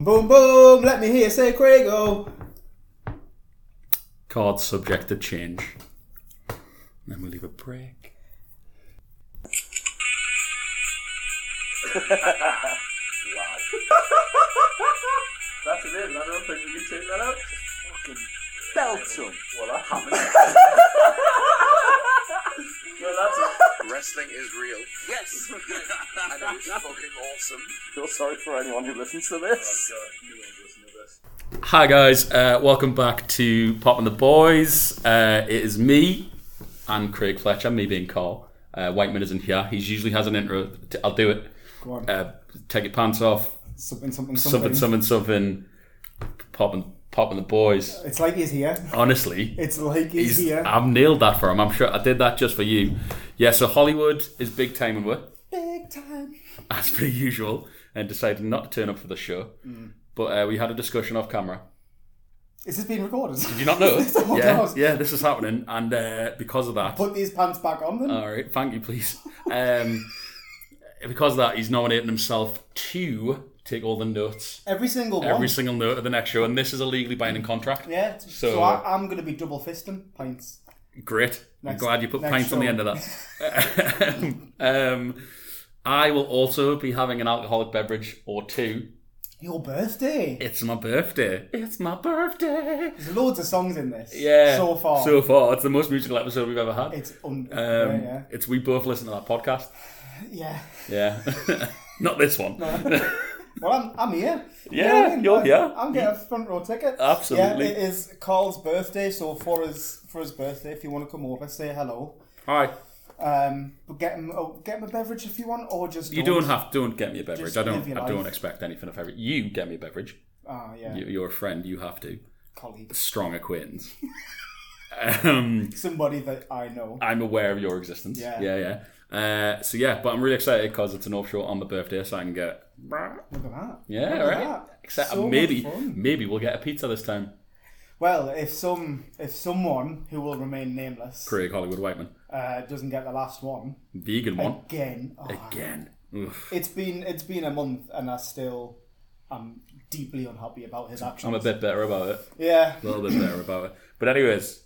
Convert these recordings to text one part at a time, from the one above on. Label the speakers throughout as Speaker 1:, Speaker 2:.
Speaker 1: Boom boom, let me hear say Craig-o.
Speaker 2: Cards subject to change. Then we leave a break.
Speaker 3: That's it, man. I don't think we can take that out. Fucking
Speaker 4: Belton.
Speaker 3: Well, that happened. well, that's it.
Speaker 5: Wrestling is real.
Speaker 4: Yes.
Speaker 5: And it is fucking awesome.
Speaker 3: Feel sorry for anyone who listens to this.
Speaker 2: Hi guys, uh, welcome back to Pop and the Boys. Uh, it is me and Craig Fletcher, me being Carl. Uh, Whiteman isn't here. He usually has an intro. T- I'll do it.
Speaker 1: Go on.
Speaker 2: Uh, take your pants off.
Speaker 1: something, something, something.
Speaker 2: Something, something, something. Pop and, pop and the Boys.
Speaker 1: It's like he's here.
Speaker 2: Honestly.
Speaker 1: It's like he's,
Speaker 2: He's-
Speaker 1: here.
Speaker 2: I've nailed that for him. I'm sure I did that just for you. Yeah, so Hollywood is big time and work,
Speaker 1: Big time.
Speaker 2: as per usual, and decided not to turn up for the show.
Speaker 1: Mm.
Speaker 2: But uh, we had a discussion off camera.
Speaker 1: Is this being recorded?
Speaker 2: Did you not know?
Speaker 1: Oh,
Speaker 2: yeah,
Speaker 1: God.
Speaker 2: yeah, this is happening, and uh, because of that,
Speaker 1: Put these pants back on then.
Speaker 2: all right, thank you, please. Um, because of that, he's nominating himself to take all the notes,
Speaker 1: every single one.
Speaker 2: every single note of the next show, and this is a legally binding contract.
Speaker 1: yeah. So,
Speaker 2: So- uh,
Speaker 1: I, I'm going to be double fisting pints.
Speaker 2: Great. I'm
Speaker 1: Next-
Speaker 2: glad you put
Speaker 1: next
Speaker 2: pints on the
Speaker 1: show.
Speaker 2: end of that. um, I will also be having an alcoholic beverage or two.
Speaker 1: Your birthday.
Speaker 2: It's my birthday. It's my birthday.
Speaker 1: There's loads of songs in this.
Speaker 2: Yeah.
Speaker 1: So far.
Speaker 2: So far. It's the most musical episode we've ever had.
Speaker 1: it's un-
Speaker 2: um,
Speaker 1: yeah,
Speaker 2: It's we both listen to that podcast.
Speaker 1: yeah. yeah.
Speaker 2: Yeah. Not this one.
Speaker 1: Well, I'm, I'm here. You
Speaker 2: Yeah,
Speaker 1: know what I mean?
Speaker 2: you're
Speaker 1: I'm-
Speaker 2: here.
Speaker 1: I'm getting a front row ticket.
Speaker 2: Absolutely.
Speaker 1: Yeah, it is Carl's birthday, so for his for his birthday, if you want to come over, say hello.
Speaker 2: Hi.
Speaker 1: Um, but get him oh, get him a beverage if you want, or just
Speaker 2: You
Speaker 1: don't.
Speaker 2: don't have don't get me a beverage.
Speaker 1: Just
Speaker 2: I
Speaker 1: live
Speaker 2: don't
Speaker 1: your
Speaker 2: I
Speaker 1: life.
Speaker 2: don't expect anything of every you get me a beverage.
Speaker 1: Ah, yeah,
Speaker 2: You, you're a friend, you have to.
Speaker 1: colleague,
Speaker 2: Strong acquaintance. um
Speaker 1: somebody that I know.
Speaker 2: I'm aware of your existence.
Speaker 1: Yeah.
Speaker 2: yeah, yeah. Uh, so yeah, but I'm really excited because it's an offshore on my birthday, so I can get
Speaker 1: Look at that.
Speaker 2: yeah,
Speaker 1: Look at
Speaker 2: right.
Speaker 1: that.
Speaker 2: Except
Speaker 1: So much
Speaker 2: maybe
Speaker 1: fun.
Speaker 2: maybe we'll get a pizza this time.
Speaker 1: Well, if some if someone who will remain nameless
Speaker 2: Craig Hollywood Whiteman,
Speaker 1: uh, doesn't get the last one
Speaker 2: vegan one
Speaker 1: again, oh,
Speaker 2: again. Oof.
Speaker 1: it's been it's been a month, and I still am deeply unhappy about his actions.
Speaker 2: I'm a bit better about it.
Speaker 1: yeah.
Speaker 2: A little bit better about it. But anyways,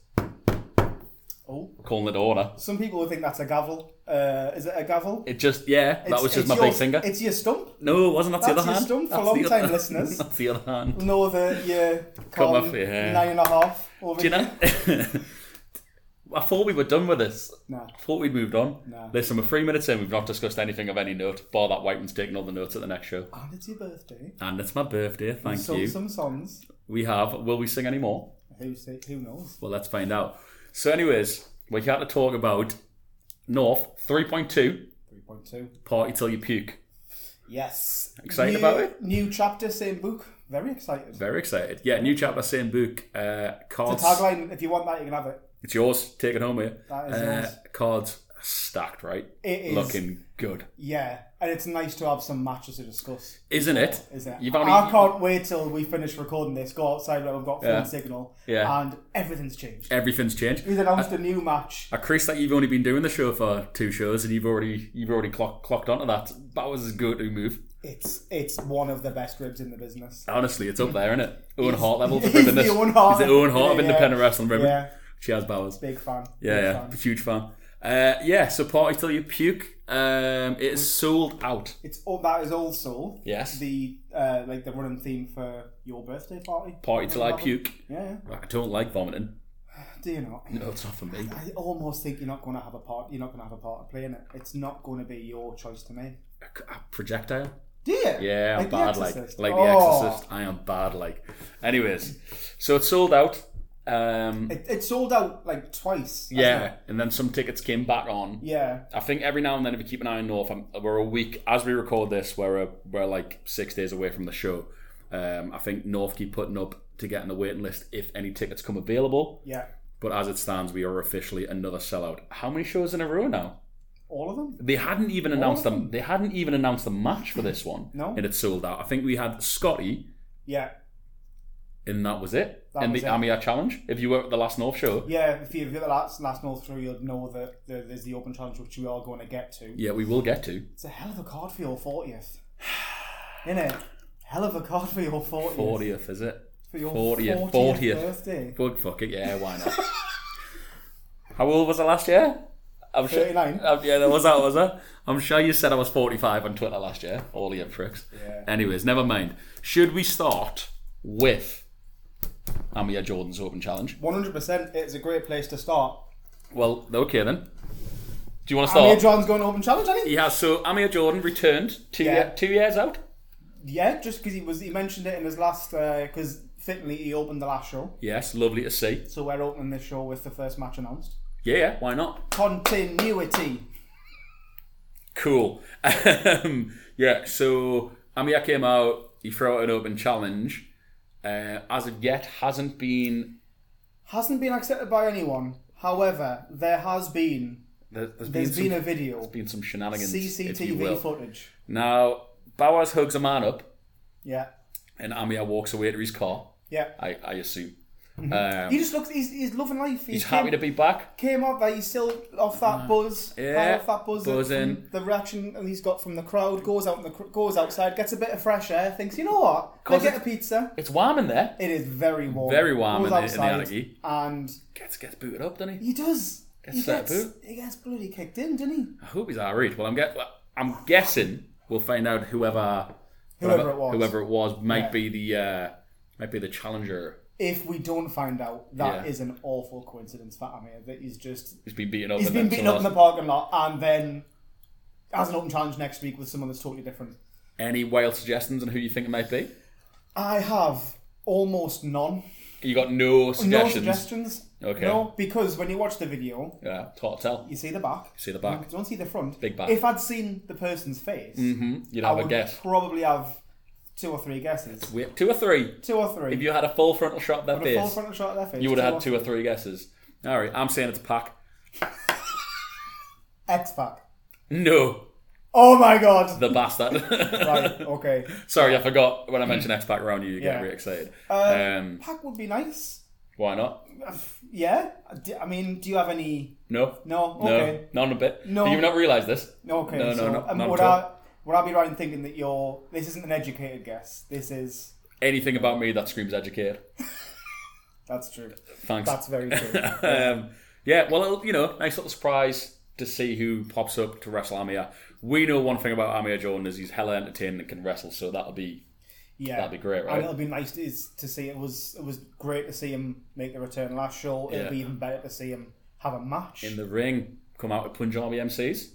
Speaker 1: Oh,
Speaker 2: calling it order.
Speaker 1: some people would think that's a gavel. Uh, is it a gavel?
Speaker 2: It just yeah, that
Speaker 1: It's-
Speaker 2: was just
Speaker 1: it's
Speaker 2: my
Speaker 1: your,
Speaker 2: big finger.
Speaker 1: It's your stump.
Speaker 2: No, it wasn't that the
Speaker 1: That's
Speaker 2: other
Speaker 1: your
Speaker 2: hand?
Speaker 1: stump for
Speaker 2: That's the
Speaker 1: long-time
Speaker 2: other-
Speaker 1: listeners.
Speaker 2: That's the other hand.
Speaker 1: No, that you're
Speaker 2: Come off
Speaker 1: calling
Speaker 2: your hair.
Speaker 1: nine and a half. Over
Speaker 2: Do you
Speaker 1: here.
Speaker 2: know? I thought we were done with this.
Speaker 1: Nah.
Speaker 2: I thought we'd moved on.
Speaker 1: Nah.
Speaker 2: Listen, we're three minutes in. We've not discussed anything of any note, bar that Whiteman's taking all the notes at the next show.
Speaker 1: And it's your birthday.
Speaker 2: And it's my birthday. Thank
Speaker 1: Some
Speaker 2: you.
Speaker 1: some songs.
Speaker 2: We have. Will we sing any more?
Speaker 1: Who say, who knows?
Speaker 2: Well, let's find out. So, anyways, we're here to talk about North 3.2
Speaker 1: Three point two.
Speaker 2: Party Till You Puke.
Speaker 1: Yes.
Speaker 2: Excited
Speaker 1: new,
Speaker 2: about it?
Speaker 1: New chapter, same book. Very excited.
Speaker 2: Very excited. Yeah, new chapter, same book. Uh,
Speaker 1: the
Speaker 2: cards.
Speaker 1: tagline, if you want that, you can have it.
Speaker 2: It's yours. Take it home with you.
Speaker 1: That is
Speaker 2: uh,
Speaker 1: yours.
Speaker 2: Cards stacked, right?
Speaker 1: It is.
Speaker 2: Looking good.
Speaker 1: Yeah, and it's nice to have some matches to discuss.
Speaker 2: Isn't it?
Speaker 1: Isn't it?
Speaker 2: You've only,
Speaker 1: I can't wait till we finish recording this. Go outside where we've got phone
Speaker 2: Yeah.
Speaker 1: signal,
Speaker 2: Yeah.
Speaker 1: and everything's changed.
Speaker 2: Everything's changed.
Speaker 1: He's announced a new match.
Speaker 2: a crease that you've only been doing the show for two shows and you've already you've already clock, clocked onto that. That was his go-to move.
Speaker 1: It's it's one of the best ribs in the business.
Speaker 2: Honestly, it's up there, isn't it? Owen Hart level for
Speaker 1: he's
Speaker 2: ribbon this.
Speaker 1: the Owen Hart.
Speaker 2: He's the Owen Hart of
Speaker 1: Yeah, yeah.
Speaker 2: independent wrestling ribbon.
Speaker 1: Yeah,
Speaker 2: Cheers, Bowers.
Speaker 1: big fan.
Speaker 2: Yeah,
Speaker 1: big
Speaker 2: yeah,
Speaker 1: Fan.
Speaker 2: huge fan. Uh, yeah, so party till you puke. Um, it is sold out.
Speaker 1: It's all that is also
Speaker 2: Yes.
Speaker 1: the uh, like the running theme for your birthday party.
Speaker 2: Party till I
Speaker 1: Whatever.
Speaker 2: puke.
Speaker 1: Yeah, yeah.
Speaker 2: I don't like vomiting.
Speaker 1: Do you not?
Speaker 2: No, it's not for me.
Speaker 1: I almost think you're not going to have a part. You're not going to have a part of playing it. It's not going to be your choice to make.
Speaker 2: A projectile.
Speaker 1: Do you?
Speaker 2: Yeah, I'm
Speaker 1: The
Speaker 2: bad like
Speaker 1: Exorcist?
Speaker 2: like
Speaker 1: Oh.
Speaker 2: the Exorcist. I am bad like. Anyways, so it's sold out. Um,
Speaker 1: It, it sold out like twice. hasn't
Speaker 2: yeah,
Speaker 1: it?
Speaker 2: and then some tickets came back on.
Speaker 1: Yeah.
Speaker 2: I think every now and then, if you keep an eye on North, I'm, we're a week as we record this, we're a, we're like six days away from the show. Um, I think North keep putting up to get on the waiting list if any tickets come available.
Speaker 1: Yeah.
Speaker 2: But as it stands, we are officially another sellout. How many shows in a row now?
Speaker 1: All of them?
Speaker 2: They hadn't even announced
Speaker 1: of
Speaker 2: them. They hadn't even announced the match for this one.
Speaker 1: No.
Speaker 2: and it's sold out. I think we had Scotty,
Speaker 1: Yeah.
Speaker 2: and that was it.
Speaker 1: That
Speaker 2: in
Speaker 1: was
Speaker 2: the
Speaker 1: it.
Speaker 2: Amia Challenge, if you were at the last North show,
Speaker 1: Yeah, if you've got the last, last North through, you'll know that there- there's the open challenge, which we are going to get to.
Speaker 2: yeah, we will get to.
Speaker 1: It's a hell of a card for your 40th. Isn't it? Hell of a card for your 40th.
Speaker 2: 40th, is it?
Speaker 1: For your
Speaker 2: 40th,
Speaker 1: 40th,
Speaker 2: 40th.
Speaker 1: birthday.
Speaker 2: Fuck, fuck it, yeah, why not? How old was I last year? I'm sure,
Speaker 1: 39.
Speaker 2: Uh, yeah, that was that, was I? I'm sure you said I was 45 on Twitter last year. All you pricks.
Speaker 1: Yeah.
Speaker 2: Anyways, never mind. Should we start with Amir Jordan's Open Challenge?
Speaker 1: 100%, it's a great place to start.
Speaker 2: Well, okay then. Do you want to
Speaker 1: Oh.
Speaker 2: start?
Speaker 1: John's going to open challenge, hasn't he?
Speaker 2: yeah, so Amir Jordan returned two,
Speaker 1: Yeah.
Speaker 2: year, two years out.
Speaker 1: Yeah, just because he was he mentioned it in his last because fittingly he opened the last show,
Speaker 2: Yes, lovely to see.
Speaker 1: so we're opening this show with the first match announced.
Speaker 2: Yeah, yeah, why not?
Speaker 1: Continuity.
Speaker 2: Cool. Um, yeah, so Amir came out, he threw out an open challenge. Uh, as of yet, hasn't been.
Speaker 1: hasn't been accepted by anyone. However, there has been
Speaker 2: There, has
Speaker 1: there's
Speaker 2: been,
Speaker 1: been a
Speaker 2: some,
Speaker 1: video,
Speaker 2: been some shenanigans. if you will.
Speaker 1: CCTV footage.
Speaker 2: Now, Bowers hugs a man up,
Speaker 1: Yeah,
Speaker 2: and Amir walks away to his car,
Speaker 1: yeah.
Speaker 2: I, I assume.
Speaker 1: He
Speaker 2: Um,
Speaker 1: just looks. He's, he's loving life. He
Speaker 2: he's happy
Speaker 1: Mm-hmm. came,
Speaker 2: to be back.
Speaker 1: came off that. He's still off that buzz. high
Speaker 2: Yeah,
Speaker 1: off that buzz.
Speaker 2: buzzing.
Speaker 1: from The reaction that he's got from the crowd goes out. In the, cr- goes outside, gets a bit of fresh air. Thinks, you know what? They
Speaker 2: 'Cause
Speaker 1: get a
Speaker 2: it-
Speaker 1: pizza.
Speaker 2: It's warm in there.
Speaker 1: It is very warm.
Speaker 2: Very warm
Speaker 1: Goes
Speaker 2: in the- in the
Speaker 1: outside
Speaker 2: Anarchy.
Speaker 1: And
Speaker 2: Gets gets booted up, doesn't he?
Speaker 1: he does. He
Speaker 2: set
Speaker 1: gets,
Speaker 2: boot.
Speaker 1: he gets bloody kicked in, doesn't he?
Speaker 2: I hope he's alright. Well, I'm get, well, I'm guessing we'll find out whoever
Speaker 1: Whoever, it was.
Speaker 2: whoever it was might
Speaker 1: Yeah.
Speaker 2: be the uh, might be the challenger
Speaker 1: If we don't find out, that is
Speaker 2: Yeah.
Speaker 1: an awful coincidence for Amir that he's just
Speaker 2: who's been beaten up.
Speaker 1: He's
Speaker 2: and
Speaker 1: been
Speaker 2: then
Speaker 1: beaten
Speaker 2: someone
Speaker 1: up in the
Speaker 2: else.
Speaker 1: parking lot and then has an open challenge next week with someone that's totally different.
Speaker 2: Any wild suggestions on who you think it might be?
Speaker 1: I have almost none.
Speaker 2: You got no
Speaker 1: No
Speaker 2: suggestions.
Speaker 1: suggestions.
Speaker 2: Okay.
Speaker 1: No, because when you watch the video,
Speaker 2: Yeah, it's hard to tell.
Speaker 1: you see the back.
Speaker 2: See the back.
Speaker 1: You don't see the front.
Speaker 2: Big back.
Speaker 1: If I'd seen the person's face,
Speaker 2: You'd
Speaker 1: Mm. I
Speaker 2: have a
Speaker 1: would
Speaker 2: guess.
Speaker 1: probably have two or three guesses.
Speaker 2: We- Two or three.
Speaker 1: Two or three.
Speaker 2: If you had a full frontal shot of their
Speaker 1: a full
Speaker 2: face,
Speaker 1: frontal shot of their face.
Speaker 2: you would have had two
Speaker 1: three.
Speaker 2: or three guesses. All right, I'm saying it's Pac.
Speaker 1: X pack.
Speaker 2: No,
Speaker 1: Oh my god.
Speaker 2: the bastard.
Speaker 1: right. Okay.
Speaker 2: Sorry, I forgot when I mentioned X Pac around you. You
Speaker 1: Yeah.
Speaker 2: get really excited.
Speaker 1: Uh,
Speaker 2: um,
Speaker 1: Pack would be nice.
Speaker 2: why not?
Speaker 1: Yeah. D- I mean, do you have any?
Speaker 2: No.
Speaker 1: No.
Speaker 2: No,
Speaker 1: Okay.
Speaker 2: not a bit.
Speaker 1: No.
Speaker 2: Do you not realise this?
Speaker 1: Okay,
Speaker 2: No, no,
Speaker 1: so
Speaker 2: no,
Speaker 1: um,
Speaker 2: not
Speaker 1: would,
Speaker 2: at all.
Speaker 1: I, would I be right in thinking that you're this isn't an educated guess? This is
Speaker 2: Anything about me that screams educated.
Speaker 1: that's true.
Speaker 2: Thanks.
Speaker 1: That's very true.
Speaker 2: um, yeah, well, it'll, you know, nice little surprise to see who pops up to wrestle Amir. We know one thing about Amir Jordan is he's hella entertaining and can wrestle, so that'll be
Speaker 1: Yeah,
Speaker 2: That'd be great, right?
Speaker 1: And it'll be nice to, is to see it was it was great to see him make the return last show. It'll
Speaker 2: Yeah.
Speaker 1: be even better to see him have a match.
Speaker 2: in the ring. Come out with Punjabi MCs.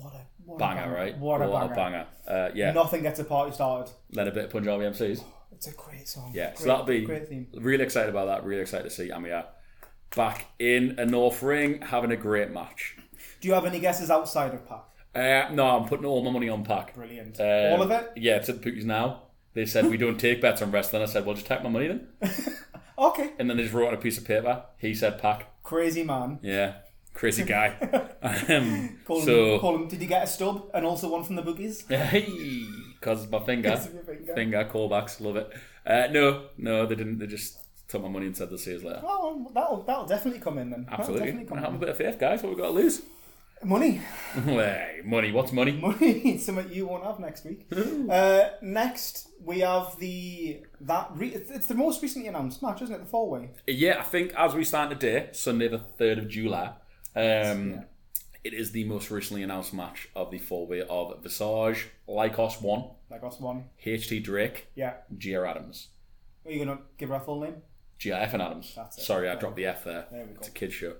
Speaker 1: what a what a
Speaker 2: Banger, right?
Speaker 1: What a banger!
Speaker 2: Uh, yeah,
Speaker 1: Nothing gets a party started.
Speaker 2: then a bit of Punjabi MCs.
Speaker 1: It's a great song.
Speaker 2: Yeah,
Speaker 1: great,
Speaker 2: so that'll be
Speaker 1: great theme.
Speaker 2: really excited about that. Really excited to see Amir back in a North Ring having a great match.
Speaker 1: Do you have any guesses outside of Pack?
Speaker 2: Uh, no, I'm putting all my money on Pac.
Speaker 1: Brilliant.
Speaker 2: Um,
Speaker 1: All of it.
Speaker 2: Yeah, it's at the Pookies now. They said we don't take bets on wrestling. I said, well, just take my money then.
Speaker 1: Okay.
Speaker 2: And then they just wrote on a piece of paper. He said, "Pack."
Speaker 1: Crazy man.
Speaker 2: Yeah, crazy guy. um,
Speaker 1: Call him,
Speaker 2: so
Speaker 1: call him. Did you get a stub and also one from the boogies?
Speaker 2: hey, cause my finger,
Speaker 1: Because of your finger.
Speaker 2: finger callbacks, love it. Uh, no, no, they didn't. They just took my money and said they'll see us later.
Speaker 1: Oh, well, that'll that'll definitely come in then. That'll
Speaker 2: Absolutely, Uh-huh.
Speaker 1: definitely come
Speaker 2: have a bit of faith, guys. What we got to lose?
Speaker 1: in. Money,
Speaker 2: hey, money. What's money?
Speaker 1: money. Something you won't have next week. uh, next, we have the that re- it's it's the most recently announced match, isn't it? The four way.
Speaker 2: Yeah, I think as we stand today, Sunday the third of July, um, it is the most recently announced match of the four way of Visage, Lycos One,
Speaker 1: Like us one.
Speaker 2: HT Drake,
Speaker 1: Yeah.
Speaker 2: GR Adams.
Speaker 1: Are you gonna give her a full name?
Speaker 2: GIF and Adams.
Speaker 1: That's it.
Speaker 2: Sorry, I dropped the F there.
Speaker 1: we go.
Speaker 2: It's a kid show.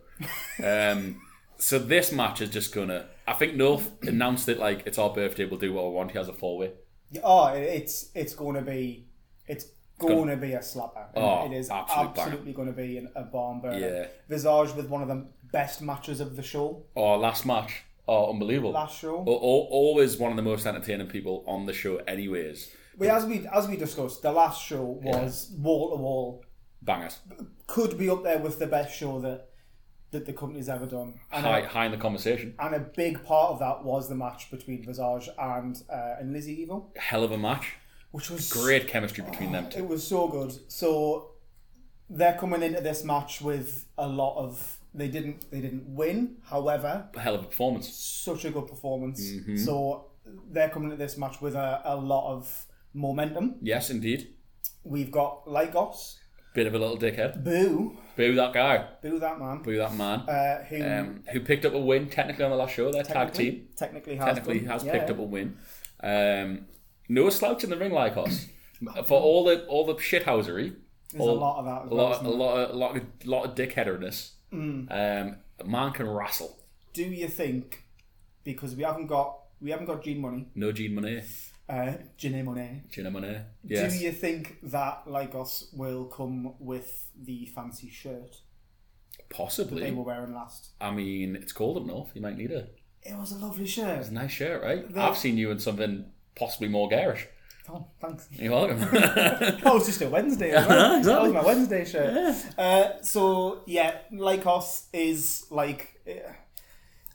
Speaker 2: um, so this match is just gonna. I think North announced it like it's our birthday. We'll do what we want. He has a four way.
Speaker 1: Yeah, Oh, it, it's it's gonna be it's gonna be a slapper.
Speaker 2: Oh,
Speaker 1: it is
Speaker 2: absolute banger.
Speaker 1: absolutely gonna be an, a bomb burner.
Speaker 2: Yeah.
Speaker 1: Visage with one of the best matches of the show
Speaker 2: Our last match. Oh, unbelievable.
Speaker 1: last show.
Speaker 2: Al- al- Always one of the most entertaining people on the show. Anyways,
Speaker 1: But as we as we discussed, the last show was wall to wall
Speaker 2: bangers.
Speaker 1: could be up there with the best show that that the company's ever done. And,
Speaker 2: High,
Speaker 1: a,
Speaker 2: high in the conversation.
Speaker 1: and a big part of that was the match between Visage and uh, and Lizzie Evil,
Speaker 2: Hell of a match.
Speaker 1: which was
Speaker 2: Great chemistry between them two.
Speaker 1: It was so good. So they're coming into this match with a lot of they didn't they didn't win. However,
Speaker 2: Hell of a performance. Mm-hmm.
Speaker 1: such a good performance. So they're coming into this match with a, a lot of Momentum.
Speaker 2: Yes, indeed.
Speaker 1: We've got Lagos.
Speaker 2: Bit of a little dickhead.
Speaker 1: Boo.
Speaker 2: Boo that guy.
Speaker 1: Boo that man.
Speaker 2: Boo that man.
Speaker 1: Uh, who
Speaker 2: um, who picked up a win technically on the last show. Their tag
Speaker 1: technically-
Speaker 2: team
Speaker 1: Technically has,
Speaker 2: technically
Speaker 1: done.
Speaker 2: has
Speaker 1: Yeah.
Speaker 2: picked up a win. Um, no slouch in the ring like us. For all the all the shithousery,
Speaker 1: There's a lot of that. As
Speaker 2: a
Speaker 1: well,
Speaker 2: lot,
Speaker 1: isn't
Speaker 2: a
Speaker 1: there? Mm.
Speaker 2: lot, of, a lot of, lot of dickheaderness. Um, a man can wrestle.
Speaker 1: Do you think because we haven't got we haven't got Gene Money,
Speaker 2: No Gene Monet.
Speaker 1: uh, Gene Money?
Speaker 2: Gene Monet. Yes.
Speaker 1: Do you think that Lagos will come with the fancy shirt they
Speaker 2: Possibly.
Speaker 1: were wearing last?
Speaker 2: I mean, it's cold up north. You might need it.
Speaker 1: It was a lovely shirt.
Speaker 2: Nice shirt, right?
Speaker 1: The-
Speaker 2: I've seen you in something possibly more garish.
Speaker 1: Oh, thanks.
Speaker 2: You're welcome.
Speaker 1: Oh, it's just a Wednesday. As well.
Speaker 2: exactly.
Speaker 1: That was my Wednesday shirt. Uh, so yeah, Lycos is like. eh,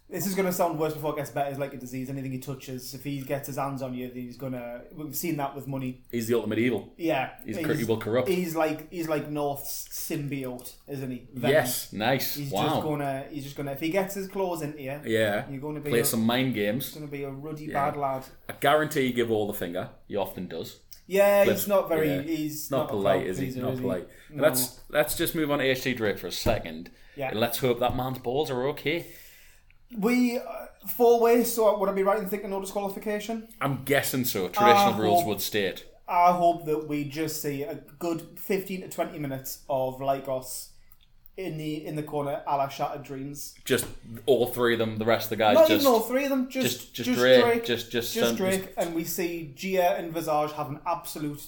Speaker 1: This is going to sound worse before it gets better. It's like a disease. Anything he touches, if he gets his hands on you, then he's gonna. We've seen that with money.
Speaker 2: He's the ultimate evil.
Speaker 1: Yeah,
Speaker 2: He's, cr- he will corrupt.
Speaker 1: He's like he's like North's symbiote, isn't he? Venom.
Speaker 2: yes. Nice.
Speaker 1: He's
Speaker 2: wow.
Speaker 1: just gonna. He's just gonna. If he gets his claws into you,
Speaker 2: yeah.
Speaker 1: you're gonna be
Speaker 2: Play
Speaker 1: a-
Speaker 2: some mind games.
Speaker 1: he's gonna be a ruddy
Speaker 2: Yeah.
Speaker 1: bad lad.
Speaker 2: I guarantee you give all the finger. He often does.
Speaker 1: Yeah,
Speaker 2: Flips-
Speaker 1: he's not very.
Speaker 2: yeah.
Speaker 1: He's
Speaker 2: Not,
Speaker 1: a
Speaker 2: polite,
Speaker 1: crowd
Speaker 2: is he?
Speaker 1: pleaser,
Speaker 2: Not
Speaker 1: is
Speaker 2: polite.
Speaker 1: No.
Speaker 2: Let's let's just move on to HT Drake for a second.
Speaker 1: Yeah.
Speaker 2: And let's hope that man's balls are okay.
Speaker 1: We uh, four ways. So would I be right in thinking no disqualification?
Speaker 2: I'm guessing so. Traditional
Speaker 1: I
Speaker 2: rules
Speaker 1: hope-
Speaker 2: would state.
Speaker 1: I hope that we just see a good fifteen to twenty minutes of Lagos in the in the corner, a la Shattered Dreams.
Speaker 2: Just all three of them, the rest of the guys
Speaker 1: Not
Speaker 2: just,
Speaker 1: even all three of them. Just
Speaker 2: just just Drake.
Speaker 1: just,
Speaker 2: Just just some-
Speaker 1: Drake, and we see Gia and Visage have an absolute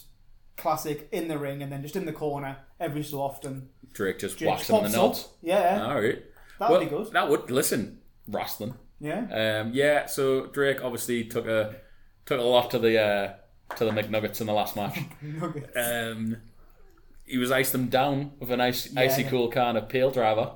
Speaker 1: classic in the ring, and then just in the corner every so often.
Speaker 2: Drake just
Speaker 1: Drake
Speaker 2: whacks him in
Speaker 1: pops
Speaker 2: the
Speaker 1: up.
Speaker 2: nuts.
Speaker 1: Yeah,
Speaker 2: All right.
Speaker 1: that'd
Speaker 2: well,
Speaker 1: be good.
Speaker 2: That would listen, wrestling.
Speaker 1: yeah.
Speaker 2: Um, yeah, so Drake obviously took a took a lot to the uh, to the McNuggets in the last match.
Speaker 1: Nuggets.
Speaker 2: Um, he was iced them down with an ice, icy
Speaker 1: yeah.
Speaker 2: cool kind of pale driver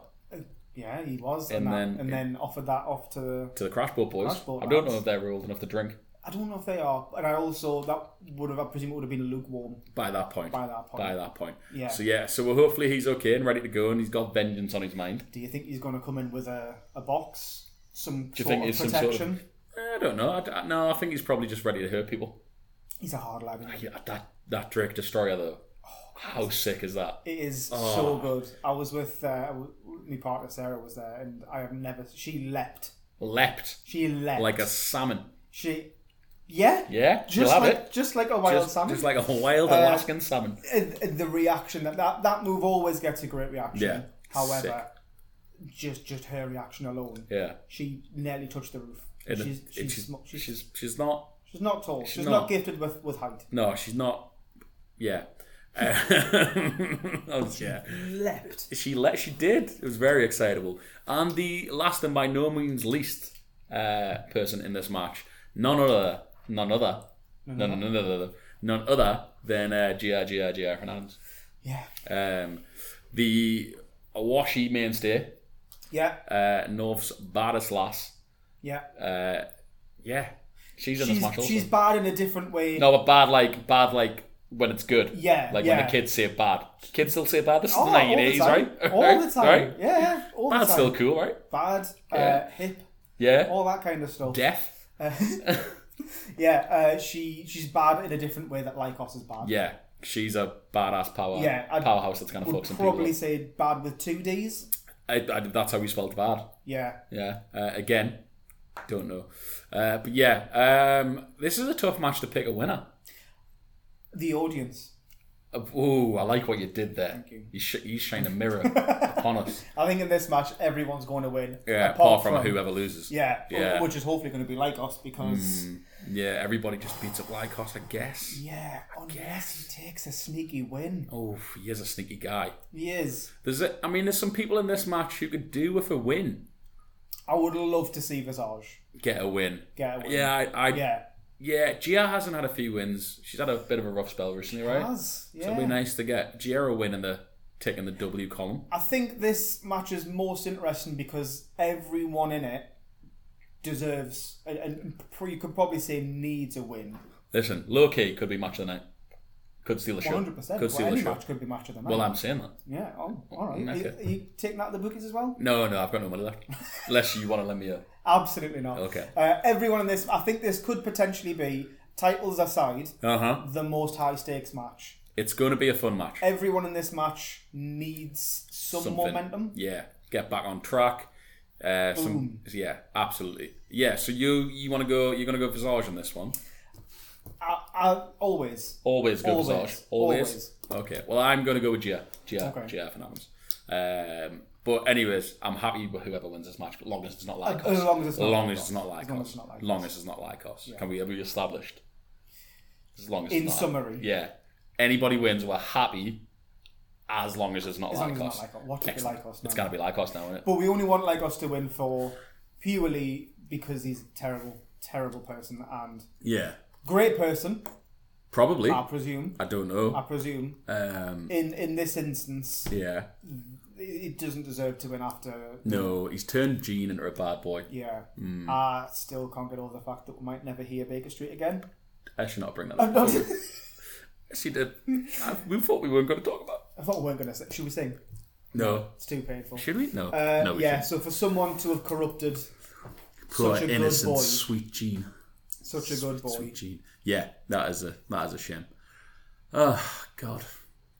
Speaker 1: yeah, he was, and,
Speaker 2: and
Speaker 1: that,
Speaker 2: then-
Speaker 1: and then offered that off to
Speaker 2: to the Crashboat boys.
Speaker 1: Crashboat
Speaker 2: I don't know
Speaker 1: lads.
Speaker 2: if they're old enough to drink
Speaker 1: I don't know if they are, and I also that would have I presume it would have been lukewarm
Speaker 2: by that point.
Speaker 1: by that point.
Speaker 2: By that point.
Speaker 1: Yeah.
Speaker 2: So yeah, so well, hopefully he's okay and ready to go, and he's got vengeance on his mind.
Speaker 1: Do you think he's going to come in with a, a box, some
Speaker 2: you
Speaker 1: sort
Speaker 2: think
Speaker 1: of
Speaker 2: it's some sort of-
Speaker 1: protection?
Speaker 2: I don't know. I, I- no, I think he's probably just ready to hurt people.
Speaker 1: He's a hard lad. isn't he?
Speaker 2: Yeah, that that Drake destroyer though.
Speaker 1: Oh,
Speaker 2: How sick is that?
Speaker 1: It is
Speaker 2: Oh.
Speaker 1: so good. I was with uh, w- my partner Sarah was there, and I have never. She leapt.
Speaker 2: Leapt
Speaker 1: She leapt
Speaker 2: like a salmon.
Speaker 1: she. Yeah.
Speaker 2: Yeah,
Speaker 1: Just
Speaker 2: you'll have
Speaker 1: like
Speaker 2: it.
Speaker 1: just like a wild
Speaker 2: just,
Speaker 1: salmon. Uh,
Speaker 2: just like a wild Alaskan salmon.
Speaker 1: And- and the reaction that, that that move always gets a great reaction.
Speaker 2: Yeah.
Speaker 1: However, just just her reaction alone,
Speaker 2: Yeah.
Speaker 1: she nearly touched the roof.
Speaker 2: And
Speaker 1: she's,
Speaker 2: it-
Speaker 1: she's,
Speaker 2: she's,
Speaker 1: sm- she's, she's
Speaker 2: she's she's not
Speaker 1: not tall. She's,
Speaker 2: not.
Speaker 1: not gifted with with height.
Speaker 2: No, she's not. Yeah. Uh, oh, yeah.
Speaker 1: Leapt.
Speaker 2: She let. She did. It was very excitable. And the last and by no means least uh, person in this match, none other, none other, none none other, none other than uh, Gr Gr Gr Fernandes.
Speaker 1: Yeah.
Speaker 2: Um, the Awashi mainstay,
Speaker 1: Yeah.
Speaker 2: uh, North's baddest lass.
Speaker 1: Yeah.
Speaker 2: Uh, yeah, she's in this
Speaker 1: she's
Speaker 2: match also.
Speaker 1: she's bad in a different way.
Speaker 2: No, but bad like bad like when it's good.
Speaker 1: Yeah,
Speaker 2: Like when
Speaker 1: yeah.
Speaker 2: the kids say bad. Kids still say bad. This is
Speaker 1: Oh,
Speaker 2: the
Speaker 1: all
Speaker 2: nineteen eighties,
Speaker 1: time.
Speaker 2: right?
Speaker 1: All the
Speaker 2: Right?
Speaker 1: time.
Speaker 2: Right?
Speaker 1: Yeah, yeah. All
Speaker 2: That's
Speaker 1: the time.
Speaker 2: still cool, right?
Speaker 1: Bad,
Speaker 2: Yeah.
Speaker 1: uh, hip,
Speaker 2: Yeah.
Speaker 1: all that kind of stuff.
Speaker 2: Deaf.
Speaker 1: Uh, yeah, uh, she she's bad in a different way that Lycos is bad.
Speaker 2: Yeah. She's a badass power
Speaker 1: Yeah, I'd-
Speaker 2: powerhouse that's gonna fuck some
Speaker 1: Probably
Speaker 2: people.
Speaker 1: say bad with two D's.
Speaker 2: up. I, I, that's how we spelled bad.
Speaker 1: Yeah.
Speaker 2: Yeah. Uh, again. Don't know. Uh, but yeah, um, this is a tough match to pick a winner.
Speaker 1: The audience.
Speaker 2: Uh, Ooh, I like what you did there.
Speaker 1: Thank you.
Speaker 2: You, sh- you shine a mirror upon us.
Speaker 1: I think in this match everyone's going to win.
Speaker 2: Yeah, apart, from, whoever loses.
Speaker 1: Yeah,
Speaker 2: Yeah. Mm.
Speaker 1: which is hopefully going to be Lycos because
Speaker 2: Yeah, everybody just beats up Lycos, I guess.
Speaker 1: yeah, unless he takes a sneaky win,
Speaker 2: Oh, he is a sneaky guy.
Speaker 1: he is.
Speaker 2: There's, a, I mean, there's some people in this match who could do with a win.
Speaker 1: I would love to see Visage
Speaker 2: Get a win.
Speaker 1: get a win.
Speaker 2: Yeah, I, I yeah.
Speaker 1: yeah.
Speaker 2: Gia hasn't had a few wins. She's had a bit of a rough spell recently, right?
Speaker 1: Has, yeah.
Speaker 2: So it'd be nice to get Gia a win in the tick in the W column.
Speaker 1: I think this match is most interesting because everyone in it deserves and, and pr- you could probably say needs a win.
Speaker 2: Listen, low key could be match of the night. Could steal a
Speaker 1: One
Speaker 2: show.
Speaker 1: hundred percent.
Speaker 2: Could steal
Speaker 1: Any
Speaker 2: a show.
Speaker 1: match could be match of the night.
Speaker 2: Well, I'm saying that.
Speaker 1: yeah. Oh, all right.
Speaker 2: Okay.
Speaker 1: Are you, are you taking out the bookies as well?
Speaker 2: No, no, I've got no money left. Unless you want to lend me a.
Speaker 1: Absolutely not.
Speaker 2: Okay.
Speaker 1: Uh, everyone in this, I think this could potentially be titles aside,
Speaker 2: Uh huh.
Speaker 1: the most high stakes match.
Speaker 2: It's going to be a fun match.
Speaker 1: Everyone in this match needs some
Speaker 2: Something.
Speaker 1: momentum.
Speaker 2: Yeah, get back on track. Uh, some, yeah, absolutely. Yeah, so you you want to go? You're going to go Visage on this one?
Speaker 1: I, I, always.
Speaker 2: Always go
Speaker 1: Always.
Speaker 2: Visage. Always.
Speaker 1: Always.
Speaker 2: Okay. Well, I'm going to go with Gia. Gia.
Speaker 1: Okay.
Speaker 2: Gia for Adams. Um, but anyways, I'm happy with whoever wins this match, but long as it's not Lycos.
Speaker 1: as long as it's not
Speaker 2: long
Speaker 1: Lycos.
Speaker 2: as it's not Lycos.
Speaker 1: As long as it's not Lycos.
Speaker 2: Long as it's not Lycos. Can we have we established? As long as
Speaker 1: In
Speaker 2: it's not-
Speaker 1: summary.
Speaker 2: yeah. Anybody wins, we're happy. As long as it's not
Speaker 1: As long as it's
Speaker 2: Lycos.
Speaker 1: not Lycos. What could be
Speaker 2: Excellent.
Speaker 1: Lycos
Speaker 2: It's
Speaker 1: now?
Speaker 2: got to be Lycos now, isn't it?
Speaker 1: But we only want Lagos to win for purely because he's a terrible, terrible person and
Speaker 2: Yeah,
Speaker 1: great person,
Speaker 2: probably.
Speaker 1: I presume.
Speaker 2: I don't
Speaker 1: I
Speaker 2: know.
Speaker 1: presume.
Speaker 2: Um,
Speaker 1: In in this instance,
Speaker 2: yeah.
Speaker 1: it doesn't deserve to win after.
Speaker 2: No, he's turned Gene into a bad boy.
Speaker 1: Yeah.
Speaker 2: Hmm.
Speaker 1: I still can't get over the fact that we might never hear Baker Street again.
Speaker 2: I should not bring that
Speaker 1: I'm
Speaker 2: up.
Speaker 1: not,
Speaker 2: should we? Yes, you did. I- we thought we weren't going to talk about.
Speaker 1: I thought we weren't going to say. Should we sing?
Speaker 2: No.
Speaker 1: It's too painful.
Speaker 2: Should we? No.
Speaker 1: Uh,
Speaker 2: no, we
Speaker 1: yeah,
Speaker 2: shouldn't.
Speaker 1: so for someone to have corrupted
Speaker 2: Poor
Speaker 1: such a good
Speaker 2: innocent,
Speaker 1: boy.
Speaker 2: sweet Gene.
Speaker 1: such a good boy.
Speaker 2: Sweet Gene. Yeah, that is a that is a shame. Oh God.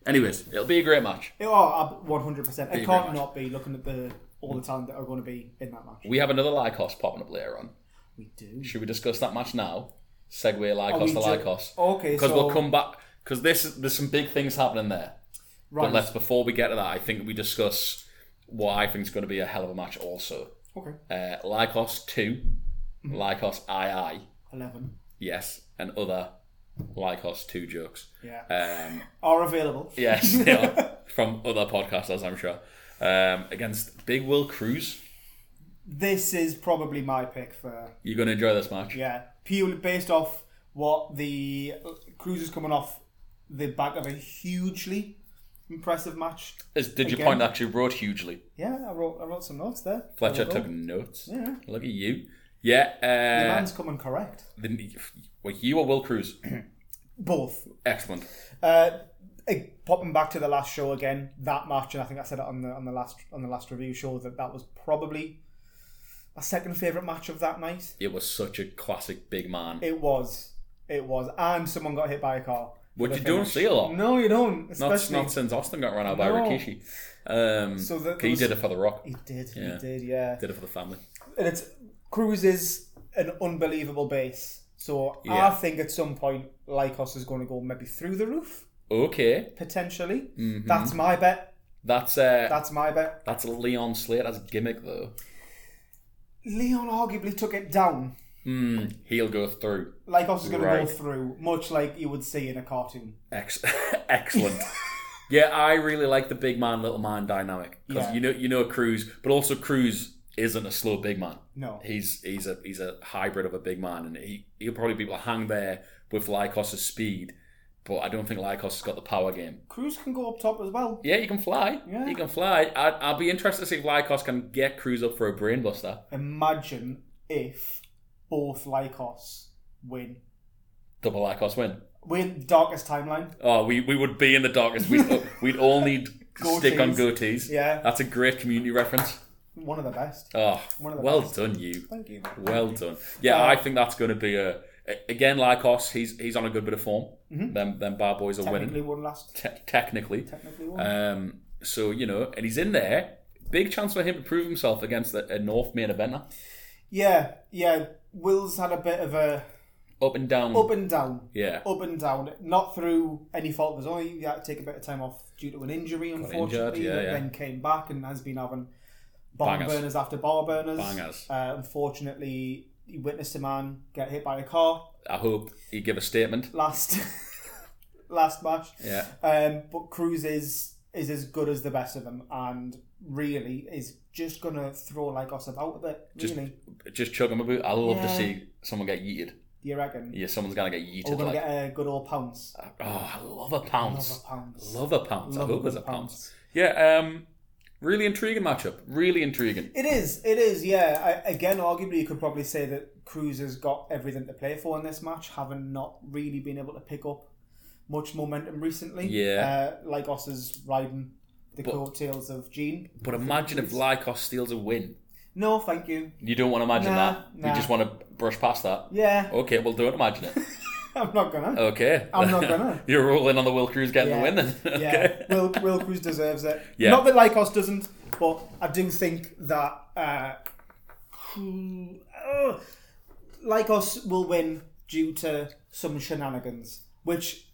Speaker 2: Anyways, it'll be a great match.
Speaker 1: Oh, one hundred percent. It
Speaker 2: a great
Speaker 1: can't
Speaker 2: match.
Speaker 1: not be looking at the all the talent that are going to be in that match.
Speaker 2: We have another Lycos popping up later on.
Speaker 1: We do.
Speaker 2: Should we discuss that match now? Segue
Speaker 1: Oh, we
Speaker 2: Lycos to
Speaker 1: do-
Speaker 2: Lycos.
Speaker 1: okay,
Speaker 2: Because
Speaker 1: so-
Speaker 2: we'll come back. Because this is- there's some big things happening there.
Speaker 1: Right.
Speaker 2: But let's before we get to that, I think we discuss what I think is going to be a hell of a match. Also,
Speaker 1: Okay.
Speaker 2: uh, Lycos two,
Speaker 1: Mm-hmm.
Speaker 2: Lycos II,
Speaker 1: Eleven.
Speaker 2: yes, and other Lycos two jokes.
Speaker 1: Yeah.
Speaker 2: Um,
Speaker 1: are available.
Speaker 2: yes, they are, from other podcasters, I'm sure. Um, against Big Will Cruz,
Speaker 1: This is probably my pick for
Speaker 2: you're going to enjoy this match.
Speaker 1: yeah. Purely based off what the uh, Cruz is coming off the back of a hugely impressive match.
Speaker 2: As did you
Speaker 1: Again.
Speaker 2: point out you wrote hugely?
Speaker 1: Yeah, I wrote I wrote some notes there. There
Speaker 2: Fletcher
Speaker 1: we go.
Speaker 2: took notes.
Speaker 1: Yeah.
Speaker 2: Look at you. Yeah.
Speaker 1: The
Speaker 2: Uh,
Speaker 1: man's coming correct.
Speaker 2: the, well, you or Will Cruz?
Speaker 1: Both.
Speaker 2: Excellent.
Speaker 1: Uh, eh, popping back to the last show again, that match, and I think I said it on the on the last on the last review show that that was probably my second favorite match of that night.
Speaker 2: It was such a classic big man.
Speaker 1: It was, it was, and someone got hit by a car.
Speaker 2: Which
Speaker 1: The
Speaker 2: you don't
Speaker 1: finish.
Speaker 2: see a lot.
Speaker 1: No, you don't.
Speaker 2: Not,
Speaker 1: Especially
Speaker 2: not since Austin got run out by
Speaker 1: No.
Speaker 2: Rikishi. Um,
Speaker 1: So that
Speaker 2: he
Speaker 1: was-
Speaker 2: did it for The Rock.
Speaker 1: he did.
Speaker 2: Yeah.
Speaker 1: He did. Yeah.
Speaker 2: Did it for the family.
Speaker 1: And it's Cruz is an unbelievable base. So
Speaker 2: Yeah.
Speaker 1: I think at some point Lycos is going to go maybe through the roof
Speaker 2: Okay,
Speaker 1: potentially.
Speaker 2: Mm-hmm.
Speaker 1: That's my bet.
Speaker 2: that's uh,
Speaker 1: That's my bet.
Speaker 2: that's Leon Slate as a gimmick though.
Speaker 1: Leon arguably took it down.
Speaker 2: Hmm, he'll go through.
Speaker 1: Lycos is going to
Speaker 2: Right.
Speaker 1: go through, much like you would see in a cartoon.
Speaker 2: Ex- excellent. yeah, I really like the big man little man dynamic because
Speaker 1: Yeah.
Speaker 2: you know you know Cruz, but also Cruz isn't a slow big man.
Speaker 1: No.
Speaker 2: He's he's a he's a hybrid of a big man, and he he'll probably be able to hang there with Lycos' speed, but I don't think Lycos has got the power game.
Speaker 1: Cruz can go up top as well.
Speaker 2: Yeah, you can fly.
Speaker 1: Yeah.
Speaker 2: You can fly. I, I'll be interested to see if Lycos can get Cruz up for a brainbuster.
Speaker 1: Imagine if both Lycos win.
Speaker 2: Double Lycos win.
Speaker 1: We're in darkest timeline.
Speaker 2: Oh, we, we would be in the darkest. We'd, we'd all need stick on goatees.
Speaker 1: Yeah.
Speaker 2: That's a great community reference.
Speaker 1: One of the best.
Speaker 2: Oh,
Speaker 1: One of the
Speaker 2: well
Speaker 1: best.
Speaker 2: done, you.
Speaker 1: Thank you. Uh,
Speaker 2: Well done. Yeah, I think that's going to be a. a- Again, Lycos, he's he's on a good bit of form. Them, them bad boys are
Speaker 1: Mm-hmm. Technically
Speaker 2: winning.
Speaker 1: one last.
Speaker 2: Te- technically.
Speaker 1: Technically one.
Speaker 2: Um, so, you know, and he's in there. Big chance for him to prove himself against a, a North main eventer.
Speaker 1: yeah, yeah. Will's had a bit of a
Speaker 2: Up and down.
Speaker 1: up and down.
Speaker 2: yeah.
Speaker 1: Up and down. Not through any fault of his own. He had to take a bit of time off due to an injury, unfortunately.
Speaker 2: yeah,
Speaker 1: but
Speaker 2: yeah.
Speaker 1: Then came back and has been having bomb
Speaker 2: Bangers.
Speaker 1: burners after bar burners.
Speaker 2: Bangers.
Speaker 1: Uh, unfortunately, he witnessed a man get hit by a car
Speaker 2: I hope you give a statement.
Speaker 1: last last match.
Speaker 2: Yeah.
Speaker 1: Um, but Cruz is is as good as the best of them, and really is just gonna throw Lagos about a bit.
Speaker 2: Just-
Speaker 1: Really,
Speaker 2: Just chug him a boot. I love to
Speaker 1: Yeah.
Speaker 2: see someone get yeeted.
Speaker 1: do you reckon?
Speaker 2: Yeah, someone's gonna get
Speaker 1: We're
Speaker 2: yeeted.
Speaker 1: gonna
Speaker 2: Like,
Speaker 1: get a good old pounce.
Speaker 2: oh, I love a pounce.
Speaker 1: Love a pounce.
Speaker 2: Love a pounce.
Speaker 1: Love
Speaker 2: I
Speaker 1: a
Speaker 2: hope there's a
Speaker 1: good
Speaker 2: pounce.
Speaker 1: pounce.
Speaker 2: Yeah. Um. Really intriguing matchup. Really intriguing.
Speaker 1: It is. It is. Yeah. I, again, arguably, you could probably say that Cruz has got everything to play for in this match, having not really been able to pick up much momentum recently.
Speaker 2: Yeah.
Speaker 1: Uh, Lagos is riding the coattails of Gene.
Speaker 2: But imagine if Lycos steals a win.
Speaker 1: No, thank you.
Speaker 2: You don't want to imagine
Speaker 1: Nah,
Speaker 2: that. You
Speaker 1: nah.
Speaker 2: just want to brush past that.
Speaker 1: Yeah.
Speaker 2: Okay, well, don't imagine it.
Speaker 1: I'm not gonna.
Speaker 2: Okay.
Speaker 1: I'm not gonna.
Speaker 2: You're rolling on the Will Cruz getting
Speaker 1: Yeah.
Speaker 2: the win then. okay.
Speaker 1: Yeah, Will, Will Cruz deserves it.
Speaker 2: Yeah.
Speaker 1: Not that Lycos doesn't, but I do think that uh, who- ugh, Lycos will win due to some shenanigans, which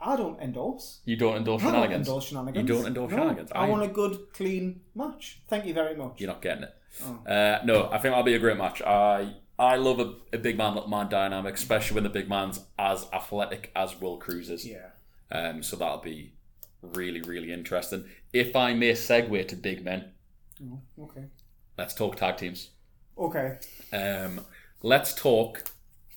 Speaker 1: I don't endorse.
Speaker 2: You don't endorse
Speaker 1: I don't
Speaker 2: shenanigans.
Speaker 1: endorse shenanigans.
Speaker 2: You don't endorse
Speaker 1: No,
Speaker 2: shenanigans.
Speaker 1: I
Speaker 2: I-
Speaker 1: want a good, clean match. Thank you very much.
Speaker 2: You're not getting it.
Speaker 1: Oh.
Speaker 2: Uh, no, I think that'll be a great match. I I love a, a big man little man dynamic, especially when the big man's as athletic as Will Cruz is.
Speaker 1: Yeah.
Speaker 2: Um, so that'll be really really interesting. If I may segue to big men,
Speaker 1: Okay.
Speaker 2: let's talk tag teams.
Speaker 1: Okay.
Speaker 2: Um, let's talk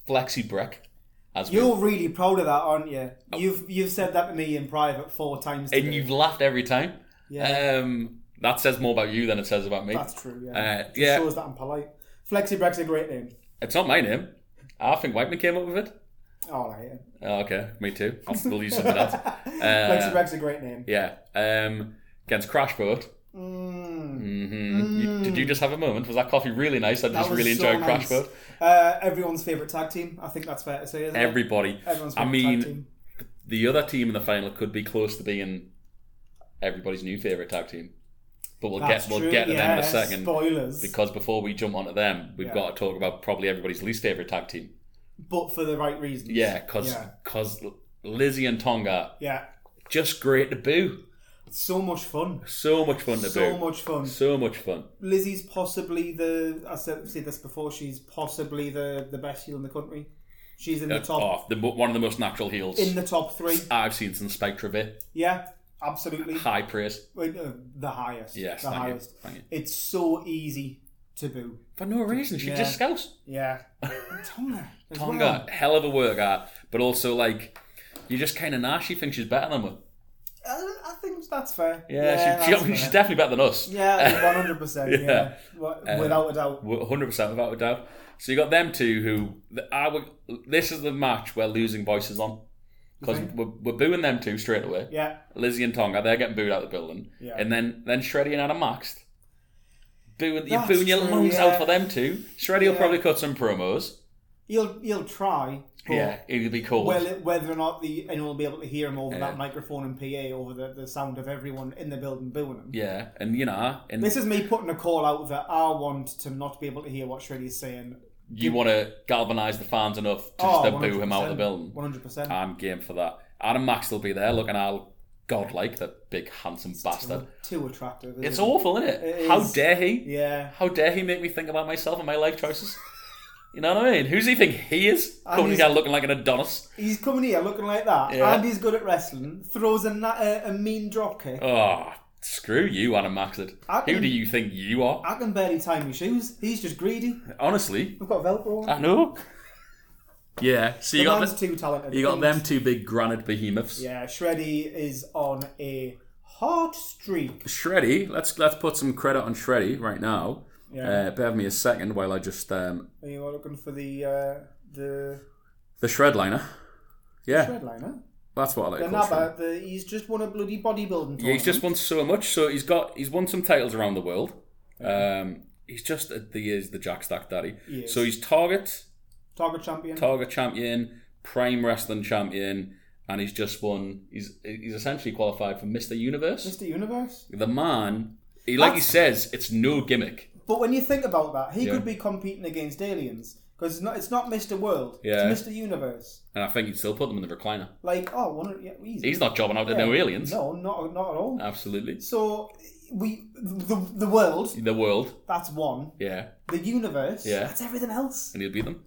Speaker 2: Flexi Brick. As we-
Speaker 1: You're really proud of that, aren't you? You've you've said that to me in private four times.
Speaker 2: Oh. and
Speaker 1: today.
Speaker 2: you've laughed every time.
Speaker 1: yeah,
Speaker 2: Um, that says more about you than it says about me.
Speaker 1: that's true. Yeah,
Speaker 2: Uh,
Speaker 1: Just
Speaker 2: yeah,
Speaker 1: shows that I'm polite. Flexi Breck's a great name.
Speaker 2: it's not my name. I think Whiteman came up with it.
Speaker 1: Oh, I hate it.
Speaker 2: Oh, okay, me too. I'll still use something else. Uh,
Speaker 1: Flexi Breck's a great name.
Speaker 2: Yeah. Um, against Crashboat.
Speaker 1: Mm.
Speaker 2: Mm-hmm. You, did you just have a moment? Was that coffee really nice? I
Speaker 1: That
Speaker 2: just
Speaker 1: was
Speaker 2: really
Speaker 1: so
Speaker 2: enjoyed
Speaker 1: nice.
Speaker 2: Crashboat.
Speaker 1: Uh, everyone's favorite tag team. I think that's fair to say. Isn't it?
Speaker 2: Everybody.
Speaker 1: Everyone's
Speaker 2: I
Speaker 1: favorite
Speaker 2: mean-
Speaker 1: tag team.
Speaker 2: The other team in the final could be close to being everybody's new favorite tag team, but we'll
Speaker 1: That's
Speaker 2: get we'll
Speaker 1: true,
Speaker 2: get to them in a
Speaker 1: yes.
Speaker 2: second
Speaker 1: Spoilers,
Speaker 2: because before we jump onto them, we've
Speaker 1: Yeah.
Speaker 2: got to talk about probably everybody's least favorite tag team.
Speaker 1: but for the right reasons.
Speaker 2: Yeah, because
Speaker 1: yeah,
Speaker 2: Lizzie and Tonga
Speaker 1: yeah.
Speaker 2: just great to boo.
Speaker 1: So much fun.
Speaker 2: So much fun to
Speaker 1: So
Speaker 2: boo.
Speaker 1: much fun.
Speaker 2: so much fun.
Speaker 1: Lizzie's possibly the. I said said this before. She's possibly the the best heel in the country. She's in the top
Speaker 2: Oh, the, one of the most natural heels
Speaker 1: in the top three.
Speaker 2: I've seen since Spike Trevor.
Speaker 1: Yeah, absolutely.
Speaker 2: High praise.
Speaker 1: Wait, uh, the highest.
Speaker 2: Yes,
Speaker 1: the
Speaker 2: thank you,
Speaker 1: highest.
Speaker 2: thank you.
Speaker 1: It's so easy to boo.
Speaker 2: For no reason, she
Speaker 1: Yeah.
Speaker 2: just scouts.
Speaker 1: Yeah, Tonga. as
Speaker 2: Tonga, hell of a workout, but also like you just kind of nah. She thinks she's better than her.
Speaker 1: well. Uh, I think that's fair.
Speaker 2: Yeah, she,
Speaker 1: that's
Speaker 2: she- she's
Speaker 1: fair.
Speaker 2: definitely better than us.
Speaker 1: Yeah, one hundred percent. Yeah,
Speaker 2: Yeah. Uh,
Speaker 1: Wi- without a doubt.
Speaker 2: hundred percent without a doubt. So you got them two who th- I would. This is the match where losing voices on because
Speaker 1: think?
Speaker 2: we're, we're booing them two straight away.
Speaker 1: Yeah,
Speaker 2: Lizzie and Tonga, they're getting booed out of the building,
Speaker 1: Yeah.
Speaker 2: and then then Shreddy and Adam Maxed. Booing, you're
Speaker 1: That's
Speaker 2: booing your
Speaker 1: true,
Speaker 2: lungs
Speaker 1: yeah.
Speaker 2: out for them two. Shreddy will
Speaker 1: Yeah.
Speaker 2: probably cut some promos.
Speaker 1: you'll you'll try. But
Speaker 2: yeah, it'll be cool.
Speaker 1: Well, it- whether or not the anyone will be able to hear him over
Speaker 2: Yeah.
Speaker 1: that microphone and PA over the, the sound of everyone in the building booing him.
Speaker 2: Yeah, and you know, and
Speaker 1: This is me putting a call out that I want to not be able to hear what Shreddy is saying. Oh,
Speaker 2: you want to galvanise the fans enough to just to boo him out of the building.
Speaker 1: One hundred percent.
Speaker 2: I'm game for that. Adam Max will be there looking all godlike, that big handsome bastard.
Speaker 1: Too attractive. isn't
Speaker 2: It's
Speaker 1: it?
Speaker 2: awful, isn't it?
Speaker 1: It
Speaker 2: How
Speaker 1: is.
Speaker 2: dare he?
Speaker 1: Yeah.
Speaker 2: How dare he make me think about myself and my life choices? you know what I mean? Who's he think he is?
Speaker 1: And
Speaker 2: Coming
Speaker 1: he's-
Speaker 2: here looking like an Adonis.
Speaker 1: He's coming here looking like that,
Speaker 2: Yeah.
Speaker 1: and he's good at wrestling. Throws a, na- a, a mean drop kick.
Speaker 2: Oh, screw you, Adam Maxed.
Speaker 1: I
Speaker 2: Who
Speaker 1: can-
Speaker 2: do you think you are?
Speaker 1: I can barely tie my shoes. He's just greedy.
Speaker 2: Honestly,
Speaker 1: We've got Velcro.
Speaker 2: I know. Yeah, so
Speaker 1: the
Speaker 2: Ah, you got
Speaker 1: man's
Speaker 2: the,
Speaker 1: too talented.
Speaker 2: you got
Speaker 1: He's-
Speaker 2: them two big granite behemoths.
Speaker 1: Yeah, Shreddy is on a hard streak.
Speaker 2: Shreddy, let's let's put some credit on Shreddy right now.
Speaker 1: Yeah.
Speaker 2: Uh, bear with me a second while I just um,
Speaker 1: Are you all looking for the uh, the
Speaker 2: the shred liner. Yeah,
Speaker 1: Shredliner?
Speaker 2: that's what I like.
Speaker 1: The
Speaker 2: to call
Speaker 1: Nabba,
Speaker 2: Shreddy.
Speaker 1: the, he's just won a bloody bodybuilding tournament.
Speaker 2: Yeah, he's just won so much. So he's got he's won some titles around the world. Um, he's just a, he is the Jack Stack Daddy.
Speaker 1: He is.
Speaker 2: So he's target
Speaker 1: Target champion.
Speaker 2: target champion, prime wrestling champion, and he's just won. He's he's essentially qualified for Mister Universe.
Speaker 1: Mr. Universe.
Speaker 2: The man, he, like he
Speaker 1: That's-
Speaker 2: says, it's no gimmick.
Speaker 1: But when you think about that, he
Speaker 2: Yeah.
Speaker 1: could be competing against aliens. Because it's not, it's not Mr. World,
Speaker 2: Yeah.
Speaker 1: it's Mr. Universe.
Speaker 2: And I think he'd still put them in the recliner.
Speaker 1: Like, oh, one, yeah, easy.
Speaker 2: He's not jobbing out to
Speaker 1: Yeah.
Speaker 2: no aliens. Uh.
Speaker 1: No, not, not at all.
Speaker 2: Absolutely.
Speaker 1: So, we the, the world,
Speaker 2: The world,
Speaker 1: that's one.
Speaker 2: yeah,
Speaker 1: The universe,
Speaker 2: Yeah.
Speaker 1: that's everything else.
Speaker 2: and he'll beat them.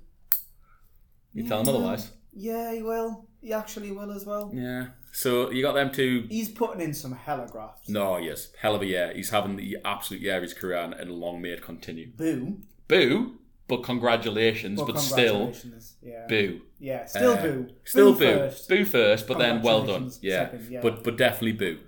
Speaker 2: You tell him otherwise.
Speaker 1: Yeah, he will. He actually will as well.
Speaker 2: Yeah. So you got them two.
Speaker 1: He's putting in some hella graphs.
Speaker 2: No, yes, hell of a year. He's having the absolute year of his career, and, and long may it continue.
Speaker 1: Boo.
Speaker 2: Boo, but congratulations, but, still
Speaker 1: congratulations. yeah.
Speaker 2: boo.
Speaker 1: Yeah, still
Speaker 2: Uh,
Speaker 1: boo.
Speaker 2: Still boo.
Speaker 1: boo. first.
Speaker 2: Boo first, but then well done.
Speaker 1: Congratulations
Speaker 2: Yeah.
Speaker 1: second, yeah.
Speaker 2: But but definitely boo.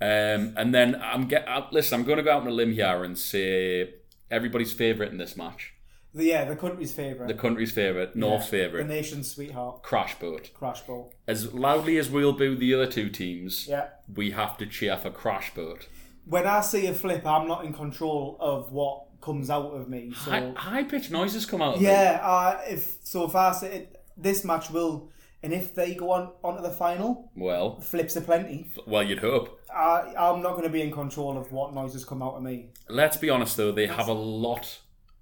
Speaker 2: Um, and then I'm get. I, listen, I'm going to go out on a limb here and say everybody's favourite in this match,
Speaker 1: The- yeah, the country's favourite.
Speaker 2: the country's favourite, North's
Speaker 1: the
Speaker 2: favourite,
Speaker 1: nation's sweetheart,
Speaker 2: Crash Boat.
Speaker 1: Crash Ball.
Speaker 2: As loudly as we'll boo the other two teams,
Speaker 1: Yeah.
Speaker 2: we have to cheer for Crash Boat.
Speaker 1: When I see a flip, I'm not in control of what comes out of me. So
Speaker 2: High, high pitched noises come out of it.
Speaker 1: yeah, uh, if so, if I see it, this match will And if they go on onto the final,
Speaker 2: Well,
Speaker 1: flips are plenty.
Speaker 2: well, you'd hope.
Speaker 1: I, I'm not going to be in control of what noises come out of me.
Speaker 2: Let's be honest though, they have a lot,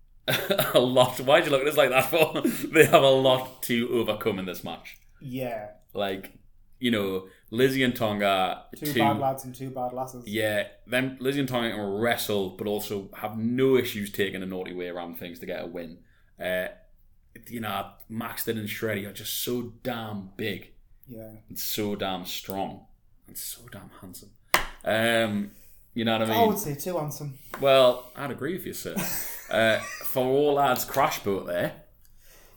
Speaker 2: a lot. Why'd you look at us like that for? they have a lot to overcome in this match.
Speaker 1: Yeah,
Speaker 2: Like, you know, Lizzie and Tonga,
Speaker 1: two, bad lads and two bad lasses.
Speaker 2: Yeah, them Lizzie and Tonga can wrestle, but also have no issues taking a naughty way around things to get a win. Uh, you know, Maxton and Shreddy are just so damn big
Speaker 1: yeah.
Speaker 2: and so damn strong and so damn handsome. Um, you know what I mean?
Speaker 1: I would say too handsome.
Speaker 2: Well, I'd agree with you, sir. uh, for all lads, crash boat there.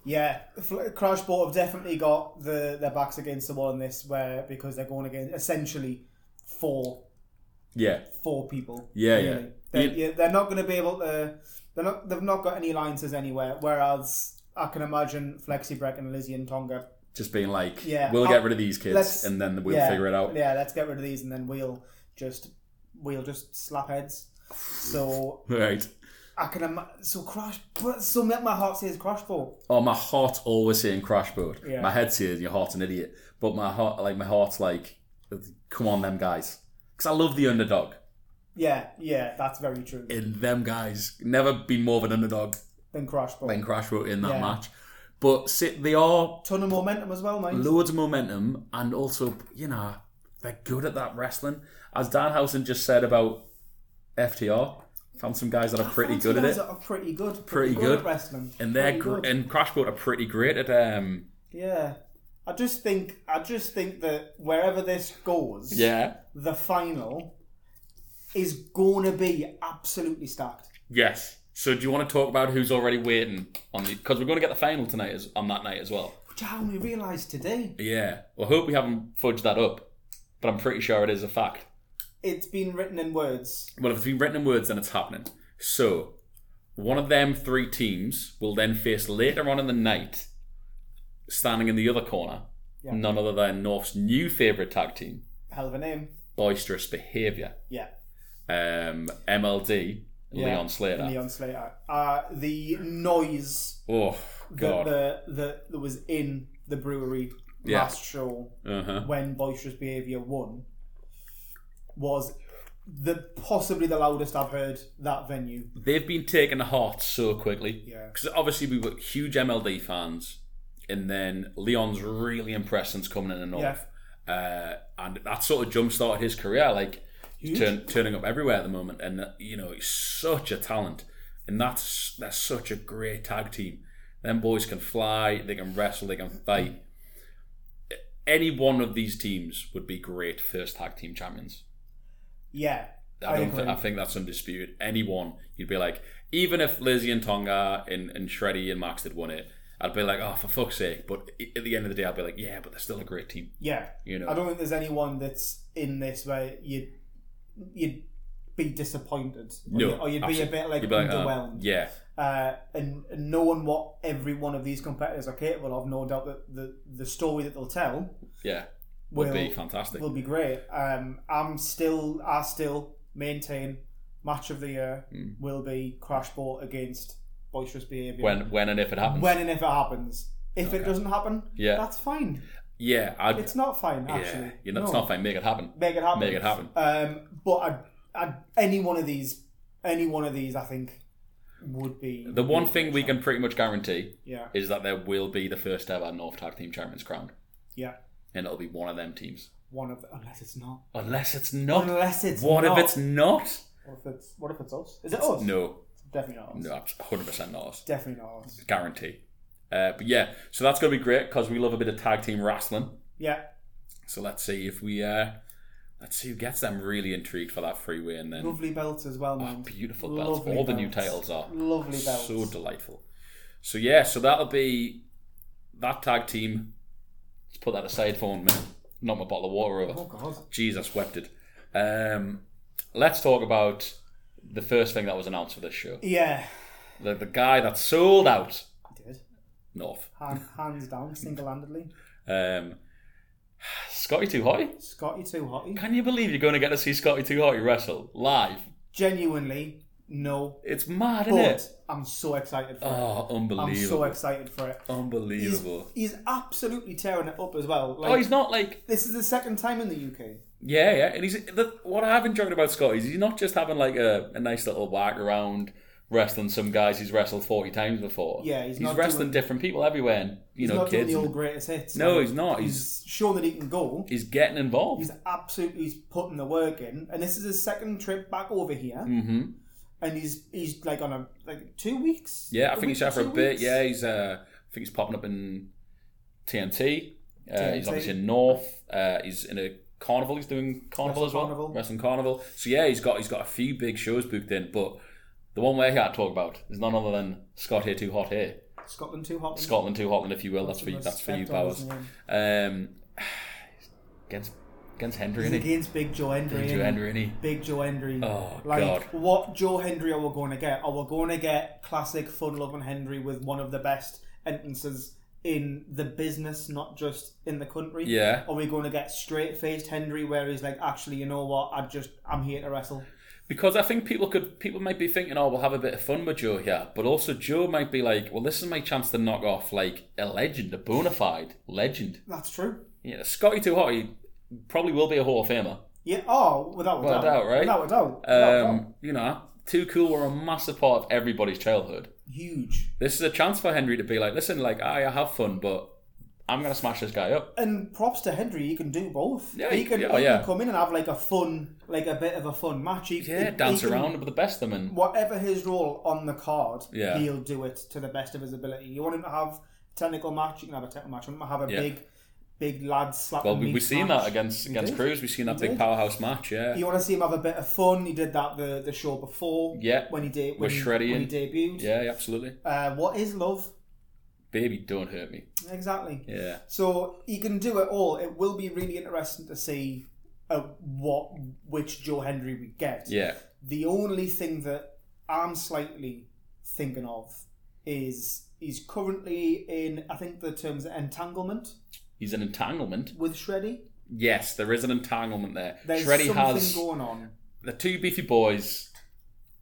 Speaker 1: Yeah, Fl- Crashbot have definitely got the their backs against the wall in this, where because they're going against essentially four
Speaker 2: Yeah,
Speaker 1: four people.
Speaker 2: Yeah, yeah.
Speaker 1: They're,
Speaker 2: You-
Speaker 1: yeah, they're not going to be able to. They're not. They've not got any alliances anywhere. Whereas I can imagine Flexi Breck and Lizzie and Tonga.
Speaker 2: just being like,
Speaker 1: Yeah,
Speaker 2: we'll
Speaker 1: I'll-
Speaker 2: get rid of these kids
Speaker 1: let's-
Speaker 2: and then we'll
Speaker 1: yeah,
Speaker 2: figure it out.
Speaker 1: Yeah, let's get rid of these and then we'll just we'll just slap heads. So
Speaker 2: Right.
Speaker 1: I can imagine. So Crash, but so my my heart says Crashbot.
Speaker 2: Oh, my heart's always saying crash boat.
Speaker 1: Yeah.
Speaker 2: My head says your heart's an idiot, but my heart, like my heart's like, come on, them guys, because I love the underdog.
Speaker 1: Yeah, yeah, that's very true.
Speaker 2: And them guys never been more of an underdog
Speaker 1: Then Crashbot.
Speaker 2: than crash boat in that
Speaker 1: Yeah.
Speaker 2: match. But sit, they are
Speaker 1: Ton of momentum as well, mate.
Speaker 2: loads of momentum and also you know they're good at that wrestling as Dan Housen just said about FTR found some guys that are pretty good at
Speaker 1: These
Speaker 2: it
Speaker 1: guys Are pretty good. Pretty,
Speaker 2: good.
Speaker 1: at wrestling.
Speaker 2: and they're
Speaker 1: Pretty
Speaker 2: gr-
Speaker 1: good.
Speaker 2: and Crashboat are pretty great at um
Speaker 1: yeah. I just think I just think that wherever this goes,
Speaker 2: yeah
Speaker 1: the final is gonna be absolutely stacked.
Speaker 2: yes so do you want to talk about who's already waiting on the because we're going to get the final tonight as, on that night as well
Speaker 1: Which I only realised today.
Speaker 2: yeah well hope we haven't fudged that up but I'm pretty sure it is a fact
Speaker 1: It's been written in words.
Speaker 2: Well, if it's been written in words, then it's happening. So, one of them three teams will then face later on in the night, standing in the other corner,
Speaker 1: Yeah.
Speaker 2: none other than North's new favourite tag team,
Speaker 1: Hell of a name.
Speaker 2: Boisterous Behaviour,
Speaker 1: Yeah.
Speaker 2: um, MLD,
Speaker 1: Yeah.
Speaker 2: Leon Slater.
Speaker 1: Leon Slater. Uh, the noise
Speaker 2: Oh,
Speaker 1: that,
Speaker 2: God.
Speaker 1: the, that that was in the brewery
Speaker 2: Yeah.
Speaker 1: last show
Speaker 2: Uh-huh.
Speaker 1: when boisterous behaviour won was the possibly the loudest I've heard that venue.
Speaker 2: They've been taken to heart so quickly.
Speaker 1: Yeah.
Speaker 2: Because obviously we were huge MLD fans, and then Leon's really impressed since coming in the North.
Speaker 1: Yeah,
Speaker 2: uh, and that sort of jump started his career. Like he's
Speaker 1: Huge.
Speaker 2: turn, turning up everywhere at the moment, and uh, you know he's such a talent, and that's that's such a great tag team. Them boys can fly, they can wrestle, they can fight. Any one of these teams would be great first tag team champions.
Speaker 1: yeah,
Speaker 2: I,
Speaker 1: I
Speaker 2: don't think,
Speaker 1: agree.
Speaker 2: I think that's undisputed. Anyone, you'd be like, even if Lizzie and Tonga and, and Shreddy and Max had won it, I'd be like, oh, for fuck's sake. But i- at the end of the day, I'd be like, yeah, but they're still a great team.
Speaker 1: yeah.
Speaker 2: You know,
Speaker 1: I don't think there's anyone that's in this where you you'd be disappointed, or
Speaker 2: No,
Speaker 1: you- or you'd be a
Speaker 2: absolutely.
Speaker 1: bit like
Speaker 2: You'd be like, uh,
Speaker 1: underwhelmed.
Speaker 2: yeah,
Speaker 1: uh, and, and knowing what every one of these competitors are capable of, no doubt that the the story that they'll tell
Speaker 2: yeah,
Speaker 1: will
Speaker 2: would be fantastic.
Speaker 1: will be great. Um, I'm still, I still maintain match of the year
Speaker 2: Mm.
Speaker 1: will be Crashbot against Boisterous Behaviour.
Speaker 2: when, when, and if it happens,
Speaker 1: When and if it happens. If it doesn't happen,
Speaker 2: Yeah.
Speaker 1: that's fine.
Speaker 2: yeah, I'd,
Speaker 1: It's not fine,
Speaker 2: yeah,
Speaker 1: actually.
Speaker 2: you know, it's
Speaker 1: No.
Speaker 2: not fine. Make it happen.
Speaker 1: Make it happen.
Speaker 2: Make it happen.
Speaker 1: Um, but I, I, any one of these, any one of these, I think, would be
Speaker 2: The one thing we can pretty much guarantee
Speaker 1: Yeah,
Speaker 2: is that there will be the first ever North Tag Team Champions crowned,
Speaker 1: yeah.
Speaker 2: and it'll be one of them teams.
Speaker 1: One of the, unless it's not.
Speaker 2: Unless it's not.
Speaker 1: Unless it's
Speaker 2: what
Speaker 1: not.
Speaker 2: if it's not?
Speaker 1: What if it's what if it's us? Is it us?
Speaker 2: No,
Speaker 1: definitely not. Us.
Speaker 2: no, hundred percent not. us.
Speaker 1: Definitely not us.
Speaker 2: Guarantee. Uh, but yeah, so that's gonna be great because we love a bit of tag team wrestling.
Speaker 1: Yeah,
Speaker 2: So let's see if we. Uh, let's see who gets them really intrigued for that freeway, and then
Speaker 1: Lovely belts as well,
Speaker 2: Oh,
Speaker 1: man.
Speaker 2: beautiful belts. All the new titles are
Speaker 1: Um, lovely belts.
Speaker 2: so delightful. So yeah, so that'll be that tag team. Let's put that aside for one minute. Knock my bottle of water over.
Speaker 1: oh god,
Speaker 2: Jeez, I swept it. Um, let's talk about the first thing that was announced for this show.
Speaker 1: yeah,
Speaker 2: The, the guy that sold out
Speaker 1: I did.
Speaker 2: North,
Speaker 1: Hand, hands down, single-handedly.
Speaker 2: um, Scotty Too Hotty.
Speaker 1: Scotty too hotty.
Speaker 2: Can you believe you're going to get to see Scotty Too Hotty wrestle live?
Speaker 1: Genuinely, No.
Speaker 2: It's mad, isn't
Speaker 1: But
Speaker 2: it?
Speaker 1: I'm so excited for it.
Speaker 2: Oh, unbelievable.
Speaker 1: I'm so excited for it. He's,
Speaker 2: unbelievable.
Speaker 1: he's absolutely tearing it up as well. Like,
Speaker 2: oh, he's not like
Speaker 1: This is the second time in the UK.
Speaker 2: Yeah, yeah, and he's the, what I have enjoyed about Scott is he's not just having like a, a nice little whack around wrestling some guys he's wrestled forty times before.
Speaker 1: Yeah, he's
Speaker 2: he's,
Speaker 1: not
Speaker 2: wrestling
Speaker 1: doing-
Speaker 2: different people everywhere, and you
Speaker 1: He's
Speaker 2: know,
Speaker 1: not
Speaker 2: kids.
Speaker 1: doing the
Speaker 2: and-
Speaker 1: old greatest hits.
Speaker 2: No,
Speaker 1: Like,
Speaker 2: he's not.
Speaker 1: He's shown that he can go.
Speaker 2: he's getting involved.
Speaker 1: He's absolutely he's putting the work in, and this is his second trip back over here.
Speaker 2: hmm
Speaker 1: And he's he's like on a like two weeks.
Speaker 2: Yeah, I
Speaker 1: A
Speaker 2: think
Speaker 1: week
Speaker 2: he's out
Speaker 1: or
Speaker 2: for a
Speaker 1: two
Speaker 2: bit.
Speaker 1: weeks?
Speaker 2: Yeah, he's uh, I think he's popping up in TNT. Uh, He's
Speaker 1: TNT.
Speaker 2: obviously in North. Uh, he's in a carnival. He's doing carnival
Speaker 1: Wrestling
Speaker 2: as well.
Speaker 1: Carnival.
Speaker 2: Wrestling carnival. So yeah, he's got he's got a few big shows booked in, but. The one we're here to talk about is none other than Scott here, too hot here.
Speaker 1: Scotland too hot.
Speaker 2: Scotland to Hotland, if you will. That's for you.
Speaker 1: Must
Speaker 2: That's for you,
Speaker 1: respect all
Speaker 2: Bowers.
Speaker 1: his name.
Speaker 2: Um, against against Hendry,
Speaker 1: He's
Speaker 2: isn't he?
Speaker 1: against Big Joe Hendry. eh?
Speaker 2: Andrew
Speaker 1: isn't he?
Speaker 2: Hendry, isn't he?
Speaker 1: Big Joe Hendry.
Speaker 2: Oh,
Speaker 1: like
Speaker 2: God.
Speaker 1: what Joe Hendry are we going to get? Are we going to get classic fun loving Hendry with one of the best entrances in the business, not just in the country?
Speaker 2: Yeah,
Speaker 1: Are we going to get straight faced Hendry where he's like, actually, you know what? I just I'm here to wrestle.
Speaker 2: because I think people could people might be thinking, oh, we'll have a bit of fun with Joe here, but also Joe might be like, well, this is my chance to knock off like a legend, a bona fide legend.
Speaker 1: That's true.
Speaker 2: Yeah, Scotty Too Hot, he probably will be a Hall of Famer.
Speaker 1: Yeah. Oh, without a doubt.
Speaker 2: Without a doubt, right?
Speaker 1: Without a doubt. Without a doubt.
Speaker 2: Um, you know, Too Cool were a massive part of everybody's childhood.
Speaker 1: Huge.
Speaker 2: This is a chance for Henry to be like, listen, like I, I have fun, but I'm gonna smash this guy up.
Speaker 1: And props to Henry, he can do both.
Speaker 2: Yeah,
Speaker 1: he
Speaker 2: he-
Speaker 1: can,
Speaker 2: yeah,
Speaker 1: he
Speaker 2: oh,
Speaker 1: can
Speaker 2: yeah.
Speaker 1: come in and have like a fun, like a bit of a fun match. He,
Speaker 2: Yeah,
Speaker 1: he-
Speaker 2: dance
Speaker 1: he can-
Speaker 2: around with the best of them and
Speaker 1: whatever his role on the card,
Speaker 2: Yeah.
Speaker 1: he'll do it to the best of his ability. You want him to have a technical match, you can have a technical match. You want him to have a
Speaker 2: Yeah.
Speaker 1: big, big lad slap.
Speaker 2: Well,
Speaker 1: and
Speaker 2: we,
Speaker 1: meat
Speaker 2: we've seen
Speaker 1: match.
Speaker 2: that against
Speaker 1: He
Speaker 2: against
Speaker 1: did.
Speaker 2: Cruz. We've seen that
Speaker 1: He
Speaker 2: big
Speaker 1: did.
Speaker 2: powerhouse match. Yeah,
Speaker 1: You want to see him have a bit of fun. He did that the, the show before.
Speaker 2: Yeah.
Speaker 1: When he did when,
Speaker 2: With
Speaker 1: he-
Speaker 2: Shreddy
Speaker 1: when he
Speaker 2: in.
Speaker 1: debuted.
Speaker 2: yeah, yeah, absolutely.
Speaker 1: Uh, what is love?
Speaker 2: Baby, don't hurt me.
Speaker 1: Exactly.
Speaker 2: Yeah,
Speaker 1: So he can do it all. It will be really interesting to see uh, what which Joe Henry we get.
Speaker 2: yeah.
Speaker 1: The only thing that I'm slightly thinking of is he's currently in, I think the term's entanglement
Speaker 2: He's an entanglement.
Speaker 1: with Shreddy.
Speaker 2: Yes, there is an entanglement there.
Speaker 1: There's
Speaker 2: Shreddy
Speaker 1: something
Speaker 2: has
Speaker 1: going on.
Speaker 2: the two beefy boys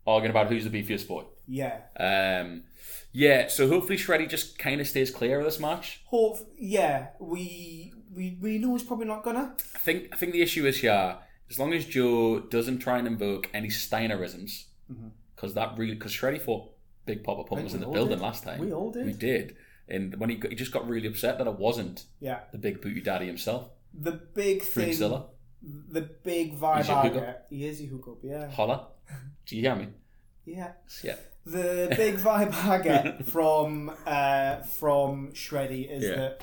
Speaker 2: arguing about who's the beefiest boy.
Speaker 1: Yeah.
Speaker 2: Um, yeah, so hopefully Shreddy just kind of stays clear of this match.
Speaker 1: Hope, yeah, we, we we know he's probably not gonna.
Speaker 2: I think I think the issue is here. As long as Joe doesn't try and invoke any Steinerisms,
Speaker 1: Mhm.
Speaker 2: because that really because Shreddy thought Big Papa Pump
Speaker 1: Mate,
Speaker 2: was
Speaker 1: we
Speaker 2: in the
Speaker 1: all
Speaker 2: building
Speaker 1: did.
Speaker 2: last time.
Speaker 1: We all did.
Speaker 2: We did. And when he, got, he just got really upset that I wasn't
Speaker 1: Yeah.
Speaker 2: the big booty daddy himself,
Speaker 1: The big thing,
Speaker 2: Freakzilla.
Speaker 1: the big vibe
Speaker 2: Is he a
Speaker 1: I
Speaker 2: hookup?
Speaker 1: get. He is a hookup, yeah.
Speaker 2: Holla. Do you hear me?
Speaker 1: Yeah.
Speaker 2: Yeah.
Speaker 1: the big vibe I get from uh, from Shreddy is
Speaker 2: Yeah.
Speaker 1: that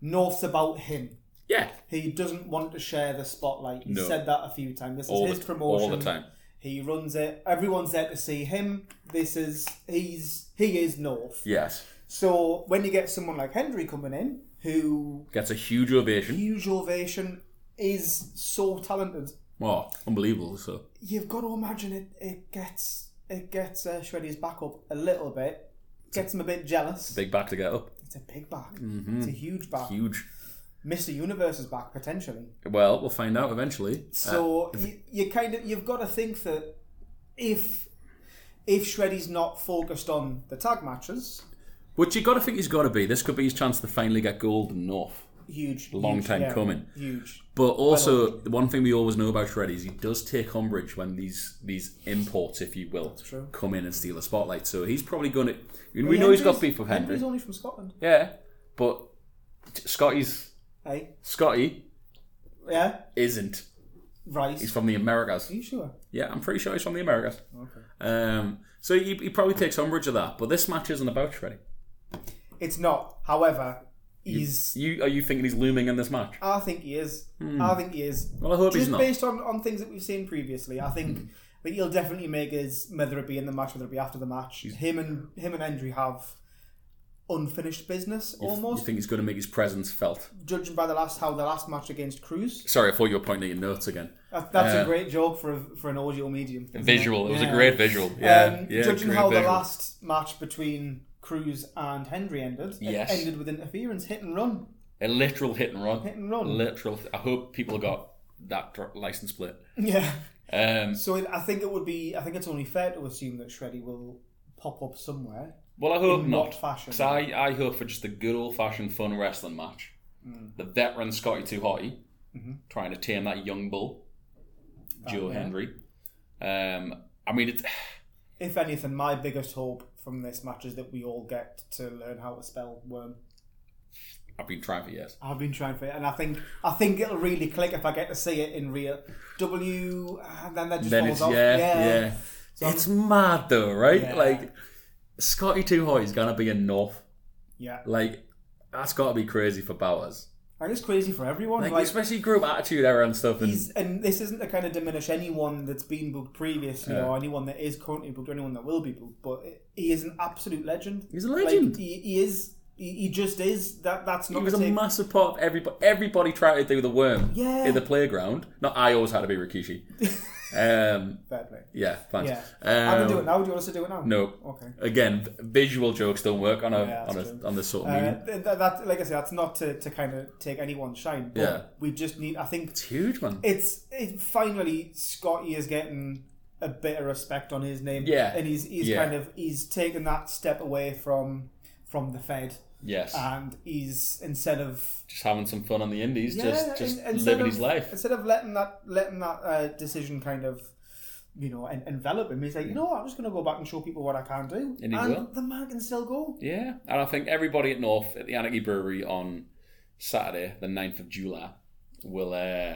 Speaker 1: North's about him.
Speaker 2: Yeah.
Speaker 1: He doesn't want to share the spotlight. He
Speaker 2: No.
Speaker 1: said that a few times. This
Speaker 2: All
Speaker 1: is
Speaker 2: the,
Speaker 1: his
Speaker 2: t-
Speaker 1: promotion.
Speaker 2: all the time.
Speaker 1: He runs it. Everyone's there to see him. This is he's he is North.
Speaker 2: Yes.
Speaker 1: So when you get someone like Henry coming in, who
Speaker 2: Gets a huge ovation.
Speaker 1: huge ovation is so talented,
Speaker 2: Oh, unbelievable. So
Speaker 1: you've got to imagine it. It gets it gets uh, Shreddy's back up a little bit. Gets him a bit jealous.
Speaker 2: big back to get up.
Speaker 1: It's a big back. It's a huge back.
Speaker 2: Mm-hmm. Huge.
Speaker 1: Mr. Universe's back potentially.
Speaker 2: Well, we'll find out eventually. Uh,
Speaker 1: So you, you kind of you've got to think that if if Shreddy's not focused on the tag matches,
Speaker 2: Which you got to think he's got to be. This could be his chance to finally get gold and north.
Speaker 1: huge,
Speaker 2: Long
Speaker 1: huge,
Speaker 2: time
Speaker 1: yeah,
Speaker 2: coming.
Speaker 1: Huge.
Speaker 2: But also, the one thing we always know about Shreddy is he does take umbrage when these these imports, if you will,
Speaker 1: true.
Speaker 2: come in and steal the spotlight. So he's probably going to. We
Speaker 1: But
Speaker 2: know he's
Speaker 1: Hendry's-
Speaker 2: got beef with Henry.
Speaker 1: Hendry's only from Scotland.
Speaker 2: Yeah, but Scotty's
Speaker 1: Hey,
Speaker 2: Scotty
Speaker 1: yeah,
Speaker 2: isn't.
Speaker 1: right.
Speaker 2: He's from the Americas.
Speaker 1: Are you sure?
Speaker 2: Yeah, I'm pretty sure he's from the Americas. Okay. Um, so he, he probably takes umbrage of that. But this match isn't about Shreddy.
Speaker 1: It's not. However, he's.
Speaker 2: You are you thinking he's looming in this match?
Speaker 1: I think he is. I think he is.
Speaker 2: Hmm. Well, I hope
Speaker 1: Just
Speaker 2: he's not. Hmm.
Speaker 1: based on, on things that we've seen previously, I think I think he'll definitely make his whether it be in the match, whether it be after the match. Him and him and Andrew have unfinished business
Speaker 2: You
Speaker 1: almost,
Speaker 2: think he's going to make his presence felt?
Speaker 1: judging by the last how the last match against Cruz.
Speaker 2: Sorry, I thought you were pointing at your notes again.
Speaker 1: That, that's
Speaker 2: Yeah.
Speaker 1: a great joke for a, for an audio medium. isn't it?
Speaker 2: Visual. It was
Speaker 1: Yeah.
Speaker 2: a great visual. Yeah,
Speaker 1: Um,
Speaker 2: yeah.
Speaker 1: judging
Speaker 2: great
Speaker 1: how the
Speaker 2: visual.
Speaker 1: last match between Cruz and Henry ended,
Speaker 2: Yes.
Speaker 1: it ended with interference, hit and run,
Speaker 2: a literal hit and run.
Speaker 1: hit and run.
Speaker 2: Literal. I hope people got that dr- license plate.
Speaker 1: Yeah.
Speaker 2: Um,
Speaker 1: So it, I think it would be. I think it's only fair to assume that Shreddy will pop up somewhere.
Speaker 2: well, I hope
Speaker 1: In
Speaker 2: not.
Speaker 1: what fashion?
Speaker 2: 'Cause I, I hope for just a good old fashioned fun wrestling match.
Speaker 1: Mm.
Speaker 2: The veteran Scotty Too Hotty trying to tame that young bull, Joe
Speaker 1: Mm-hmm. yeah.
Speaker 2: Henry. Um, I mean, it's,
Speaker 1: If anything, my biggest hope from this match is that we all get to learn how to spell worm.
Speaker 2: I've been trying for years.
Speaker 1: I've been trying for it, and I think I think it'll really click if I get to see it in real W. And then that just
Speaker 2: Then
Speaker 1: falls
Speaker 2: it's
Speaker 1: off.
Speaker 2: yeah, yeah.
Speaker 1: So I'm-
Speaker 2: it's mad though, right?
Speaker 1: Yeah.
Speaker 2: Like Scotty Too Hot is gonna be enough.
Speaker 1: yeah.
Speaker 2: Like that's gotta be crazy for Bowers.
Speaker 1: And it's crazy for everyone.
Speaker 2: Like,
Speaker 1: like
Speaker 2: especially group attitude era and stuff. And
Speaker 1: He's, and this isn't to kind of diminish anyone that's been booked previously or anyone that is currently booked or anyone that will be booked, but he is an absolute legend.
Speaker 2: He's a legend.
Speaker 1: Like, he, he is. He, he just is. That that's not.
Speaker 2: he was
Speaker 1: to
Speaker 2: a
Speaker 1: take-
Speaker 2: massive part of everybody. Everybody tried to do the worm
Speaker 1: Yeah.
Speaker 2: in the playground. Not I always had to be Rikishi. um,
Speaker 1: Fair play.
Speaker 2: yeah, thanks.
Speaker 1: Yeah.
Speaker 2: Um,
Speaker 1: I can do it now. Do you want us to do it now?
Speaker 2: No.
Speaker 1: Okay.
Speaker 2: Again, v- visual jokes don't work on a
Speaker 1: Yeah,
Speaker 2: on
Speaker 1: that's
Speaker 2: a
Speaker 1: true.
Speaker 2: on this sort of
Speaker 1: Uh,
Speaker 2: medium.
Speaker 1: th- th- that, like I said, that's not to, to kind of take anyone's shine. But
Speaker 2: Yeah.
Speaker 1: We just need. I think
Speaker 2: It's huge, man.
Speaker 1: it's it, finally Scotty is getting a bit of respect on his name.
Speaker 2: Yeah.
Speaker 1: and he's he's
Speaker 2: Yeah.
Speaker 1: kind of he's taken that step away from from the Fed,
Speaker 2: yes,
Speaker 1: and he's instead of
Speaker 2: just having some fun on the indies,
Speaker 1: Yeah,
Speaker 2: just just
Speaker 1: in- instead
Speaker 2: living
Speaker 1: of-
Speaker 2: his life.
Speaker 1: instead of letting that letting that uh, decision kind of you know en- envelop him. He's like, you know, what? I'm just going to go back and show people what I can do,
Speaker 2: And he will.
Speaker 1: the man can still go.
Speaker 2: Yeah, and I think everybody at North at the Anarchy Brewery on Saturday, the 9th of July, will uh,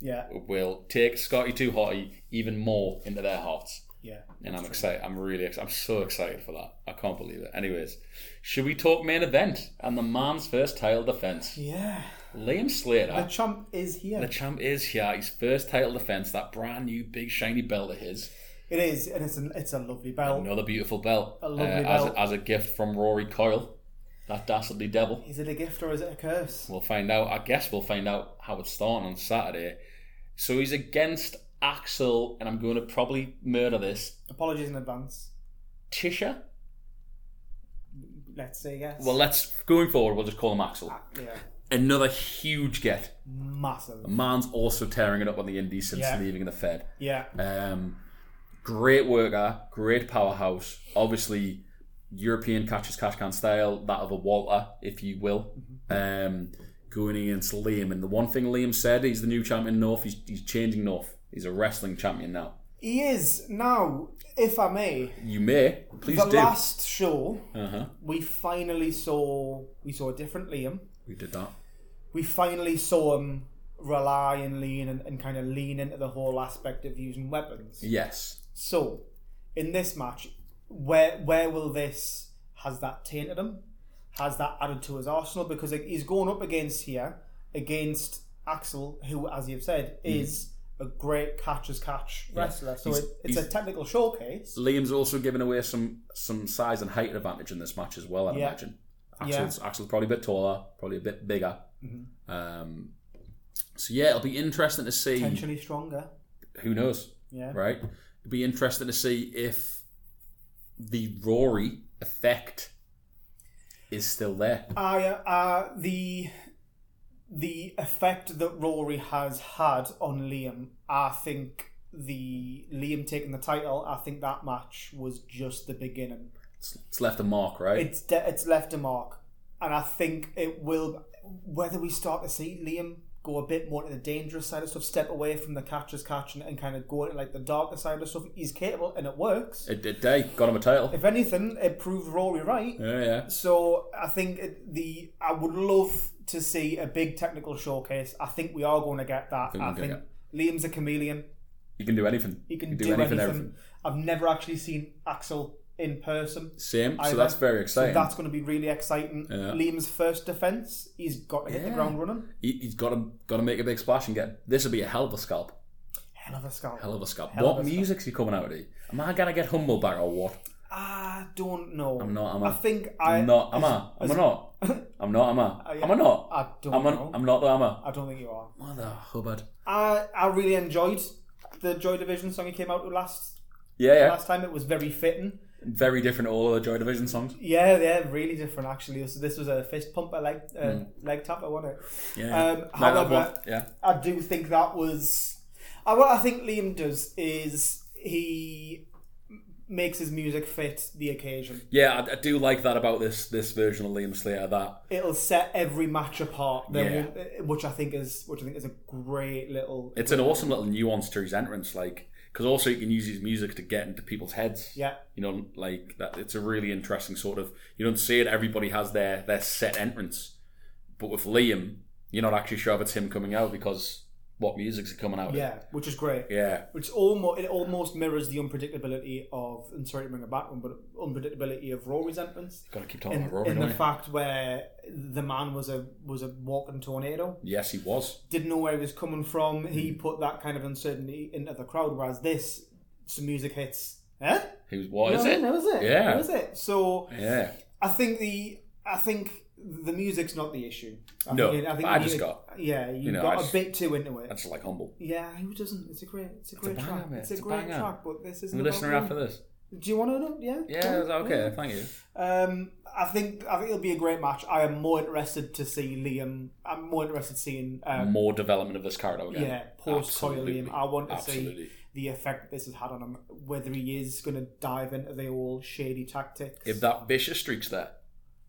Speaker 1: Yeah,
Speaker 2: will take Scotty Too Hotty even more into their hearts.
Speaker 1: yeah.
Speaker 2: And I'm excited. I'm really excited. I'm so excited for that. I can't believe it. Anyways, should we talk main event and the man's first title defense?
Speaker 1: Yeah,
Speaker 2: Liam
Speaker 1: the
Speaker 2: Slater,
Speaker 1: chump is here.
Speaker 2: Ah. the champ, is here. His first title defense. That brand new big shiny belt of his.
Speaker 1: it is, and it's an, it's a lovely belt.
Speaker 2: Another beautiful belt.
Speaker 1: A lovely
Speaker 2: uh,
Speaker 1: belt.
Speaker 2: As, a, as a gift from Rory Coyle, that dastardly devil.
Speaker 1: Is it a gift or is it a curse?
Speaker 2: We'll find out. I guess we'll find out how it's starting on Saturday. So he's against Axel, and I'm going to probably murder this
Speaker 1: Apologies in advance.
Speaker 2: Tisha.
Speaker 1: Let's say yes.
Speaker 2: Well, let's going forward. We'll just call him Axel.
Speaker 1: yeah,
Speaker 2: Another huge get.
Speaker 1: massive.
Speaker 2: Man's also tearing it up on the indies since
Speaker 1: Yeah.
Speaker 2: leaving the Fed.
Speaker 1: Yeah,
Speaker 2: Um, great worker, great powerhouse. Obviously, European catches cash can style, that of a Walter, if you will.
Speaker 1: Mm-hmm.
Speaker 2: Um, going against Liam, and the one thing Liam said, he's the new champion North. He's, he's changing North. He's a wrestling champion now.
Speaker 1: he is now. If I may,
Speaker 2: You may please
Speaker 1: the
Speaker 2: do.
Speaker 1: last show
Speaker 2: uh-huh.
Speaker 1: we finally saw we saw a different Liam.
Speaker 2: We did that.
Speaker 1: we finally saw him rely and lean and, and kind of lean into the whole aspect of using weapons.
Speaker 2: Yes.
Speaker 1: So, in this match, where where will this has that tainted him? Has that added to his arsenal? Because like, he's going up against here against Axel, who, as you've said, is a great catch as catch wrestler. So
Speaker 2: Mm. He's-
Speaker 1: it, it's a
Speaker 2: he's-
Speaker 1: technical showcase.
Speaker 2: Liam's also given away some some size and height advantage in this match as well. I'd
Speaker 1: Yeah.
Speaker 2: imagine. Axel's, Axel's probably a bit taller, probably a bit bigger.
Speaker 1: Mm-hmm.
Speaker 2: Um, so yeah, it'll be interesting to see.
Speaker 1: Potentially stronger.
Speaker 2: Who knows,
Speaker 1: Yeah.
Speaker 2: right? It'll be interesting to see if the Rory effect is still there.
Speaker 1: I uh, the the effect that Rory has had on Liam, I think the Liam taking the title, I think that match was just the beginning.
Speaker 2: It's, it's left a mark, right?
Speaker 1: It's de- it's left a mark, and I think it will. Whether we start to see Liam go a bit more to the dangerous side of stuff, step away from the catcher's catch and, and kind of go into like the darker side of stuff, he's capable and it works.
Speaker 2: It did. They got him a title.
Speaker 1: if anything, it proved Rory right.
Speaker 2: Yeah, yeah.
Speaker 1: So I think it- the I would love to see a big technical showcase. I think we are going to get that.
Speaker 2: think
Speaker 1: I
Speaker 2: we're gonna
Speaker 1: think Liam's a chameleon.
Speaker 2: You can do anything.
Speaker 1: He can, do, anything. I've never actually seen Axel in person.
Speaker 2: Same.
Speaker 1: either.
Speaker 2: So that's very exciting.
Speaker 1: So that's going to be really exciting.
Speaker 2: Yeah.
Speaker 1: Liam's first defense, he's got to hit the
Speaker 2: Yeah.
Speaker 1: ground running.
Speaker 2: he, he's got to got to make a big splash and get this will be a hell of a scalp.
Speaker 1: Hell of a scalp.
Speaker 2: Hell of a scalp.
Speaker 1: Hell of
Speaker 2: what
Speaker 1: a scalp.
Speaker 2: music's he coming out of? Am I gonna get humble back or what?
Speaker 1: I don't know.
Speaker 2: I'm not. Am
Speaker 1: I
Speaker 2: I?
Speaker 1: think I.
Speaker 2: I'm not. Am I? Am I not? I'm not. Am I? Am I not?
Speaker 1: Oh, I don't
Speaker 2: I'm,
Speaker 1: know.
Speaker 2: not. I'm not. Though, am I?
Speaker 1: I don't think you are.
Speaker 2: Mother Hubbard.
Speaker 1: I I really enjoyed the Joy Division song he came out with last
Speaker 2: Yeah, yeah.
Speaker 1: last time. It was very fitting.
Speaker 2: Very different to all other Joy Division songs.
Speaker 1: Yeah, yeah, really different actually. So this was a fist pump, a leg, uh,
Speaker 2: Hmm.
Speaker 1: leg tap. I want it.
Speaker 2: Yeah.
Speaker 1: Um,
Speaker 2: Like that
Speaker 1: however-
Speaker 2: one, yeah.
Speaker 1: I do think that was. I, what I think Liam does is he makes his music fit the occasion.
Speaker 2: Yeah, I, I do like that about this this version of Liam Slater. That
Speaker 1: It'll set every match apart, there
Speaker 2: Yeah.
Speaker 1: won't- uh, which I think is which I think is a great little.
Speaker 2: it's an awesome little nuance to his entrance, like because also you can use his music to get into people's heads.
Speaker 1: yeah,
Speaker 2: you know, like that. It's a really interesting sort of. You don't see it. Everybody has their their set entrance, but with Liam, you're not actually sure if it's him coming out because what music's coming out.
Speaker 1: yeah, which is great.
Speaker 2: yeah.
Speaker 1: Which almost it almost mirrors the unpredictability of and sorry to bring it back one, but unpredictability of Rory's entrance.
Speaker 2: Got to keep talking
Speaker 1: In,
Speaker 2: about Rory,
Speaker 1: in the
Speaker 2: don't you?
Speaker 1: fact where the man was a was a walking tornado.
Speaker 2: Yes, he was.
Speaker 1: didn't know where he was coming from. He
Speaker 2: Hmm.
Speaker 1: put that kind of uncertainty into the crowd, whereas this, some music hits. Eh?
Speaker 2: He was. What is
Speaker 1: No,
Speaker 2: it?
Speaker 1: no, is it?
Speaker 2: Yeah.
Speaker 1: No, is it? So
Speaker 2: Yeah.
Speaker 1: I think the I think the music's not the issue. I
Speaker 2: No,
Speaker 1: think it-
Speaker 2: I
Speaker 1: the
Speaker 2: just
Speaker 1: music-
Speaker 2: got-
Speaker 1: yeah, you,
Speaker 2: you know, I
Speaker 1: got
Speaker 2: just-
Speaker 1: a bit too into it.
Speaker 2: That's like humble.
Speaker 1: yeah, who doesn't? It's a great, it's a great
Speaker 2: banger,
Speaker 1: track.
Speaker 2: mate.
Speaker 1: It's a
Speaker 2: It's a
Speaker 1: great
Speaker 2: banger.
Speaker 1: track, but this isn't.
Speaker 2: The
Speaker 1: about
Speaker 2: listener
Speaker 1: me.
Speaker 2: after this.
Speaker 1: Do you want to know? Yeah.
Speaker 2: Yeah. Okay. Thank you.
Speaker 1: Um, I think I think it'll be a great match. I am more interested to see Liam. I'm more interested seeing um,
Speaker 2: More development of this character again.
Speaker 1: Yeah, post Coil
Speaker 2: Absolutely.
Speaker 1: Liam. I want to
Speaker 2: Absolutely.
Speaker 1: see the effect this has had on him, whether he is going to dive into the old shady tactics.
Speaker 2: If that vicious streak's there,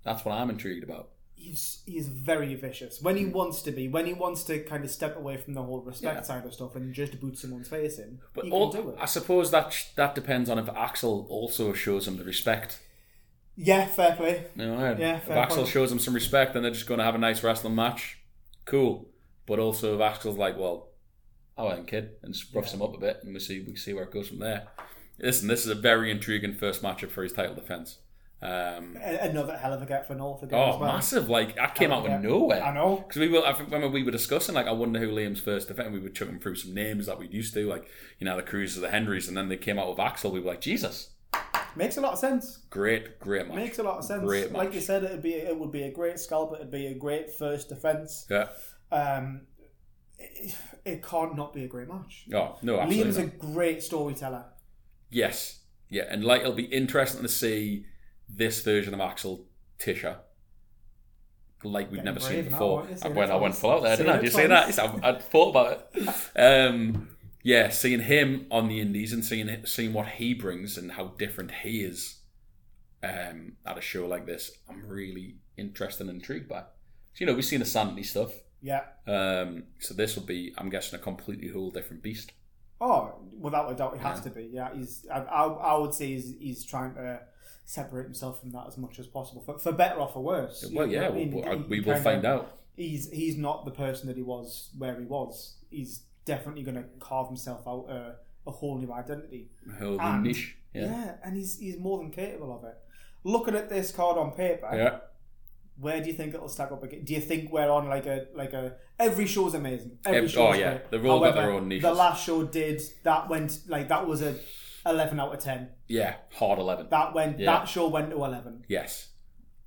Speaker 2: that's what I'm intrigued about.
Speaker 1: he's, he is very vicious when he wants to be, when he wants to kind of step away from the whole respect
Speaker 2: Hmm. Yeah.
Speaker 1: side of stuff and just boot someone's face in,
Speaker 2: But
Speaker 1: he
Speaker 2: all,
Speaker 1: can do it.
Speaker 2: I suppose that sh- that depends on if Axel also shows him the respect.
Speaker 1: yeah, fair play.
Speaker 2: You know, and
Speaker 1: Yeah,
Speaker 2: if
Speaker 1: fair
Speaker 2: Axel
Speaker 1: point.
Speaker 2: shows him some respect, then they're just going to have a nice wrestling match. Cool. But also, if Axel's like, well, all right, then, kid, and just roughs him up a bit, and we see we see where it goes from there. Listen, this is a very intriguing first matchup for his title defense. Um,
Speaker 1: A- Another hell of a get for North again
Speaker 2: oh,
Speaker 1: as well.
Speaker 2: massive! Like that came out
Speaker 1: Yeah.
Speaker 2: of nowhere.
Speaker 1: I know.
Speaker 2: Because we were, I think, remember we were discussing, like, I wonder who Liam's first event. We were chucking through some names that we used to, like, you know, the Cruises, the Henrys, and then they came out with Axel. We were like, Jesus,
Speaker 1: Makes a lot of sense.
Speaker 2: great, great match.
Speaker 1: Makes a lot of sense.
Speaker 2: Great
Speaker 1: like
Speaker 2: match.
Speaker 1: you said, it'd be it would be a great scalp. It'd be a great first defense.
Speaker 2: yeah.
Speaker 1: Um, it, it can't not be a great match.
Speaker 2: Oh no, absolutely.
Speaker 1: Liam's
Speaker 2: not.
Speaker 1: a great storyteller.
Speaker 2: Yes. Yeah, and like it'll be interesting to see this version of Axel Tisha. Like we've
Speaker 1: Getting
Speaker 2: never seen
Speaker 1: brave now,
Speaker 2: before.
Speaker 1: aren't you?
Speaker 2: I
Speaker 1: Saying
Speaker 2: went,
Speaker 1: it
Speaker 2: I went
Speaker 1: twice.
Speaker 2: full out there,
Speaker 1: Saying
Speaker 2: didn't I?
Speaker 1: it
Speaker 2: Did you see
Speaker 1: twice.
Speaker 2: that? I, would thought about it. Um, yeah, seeing him on the Indies and seeing seeing what he brings and how different he is um, at a show like this, I'm really interested and intrigued by. So, you know, we've seen the Sanity stuff.
Speaker 1: Yeah.
Speaker 2: Um, so this will be, I'm guessing, a completely whole different beast.
Speaker 1: Oh, without a doubt, he has
Speaker 2: Yeah.
Speaker 1: to be. Yeah, he's. I, I, I would say he's, he's trying to separate himself from that as much as possible, for, for better or for worse. You
Speaker 2: Well,
Speaker 1: know
Speaker 2: yeah,
Speaker 1: what I mean?
Speaker 2: we'll,
Speaker 1: He-
Speaker 2: we
Speaker 1: he
Speaker 2: will
Speaker 1: kinda-
Speaker 2: find out.
Speaker 1: He's he's not the person that he was where he was. He's definitely going to carve himself out a, a whole new identity.
Speaker 2: Whole
Speaker 1: And-
Speaker 2: niche. Yeah.
Speaker 1: and he's he's more than capable of it. Looking at this card on paper,
Speaker 2: Yeah.
Speaker 1: where do you think it'll stack up again? Do you think we're on like a like a every show's amazing? Every
Speaker 2: Ev-
Speaker 1: show's
Speaker 2: oh, yeah.
Speaker 1: great.
Speaker 2: They've all got their
Speaker 1: However,
Speaker 2: own
Speaker 1: The
Speaker 2: niches.
Speaker 1: last show did that went like that was a eleven out of ten.
Speaker 2: Yeah. Hard 11.
Speaker 1: That went
Speaker 2: Yeah.
Speaker 1: that show went to eleven.
Speaker 2: yes.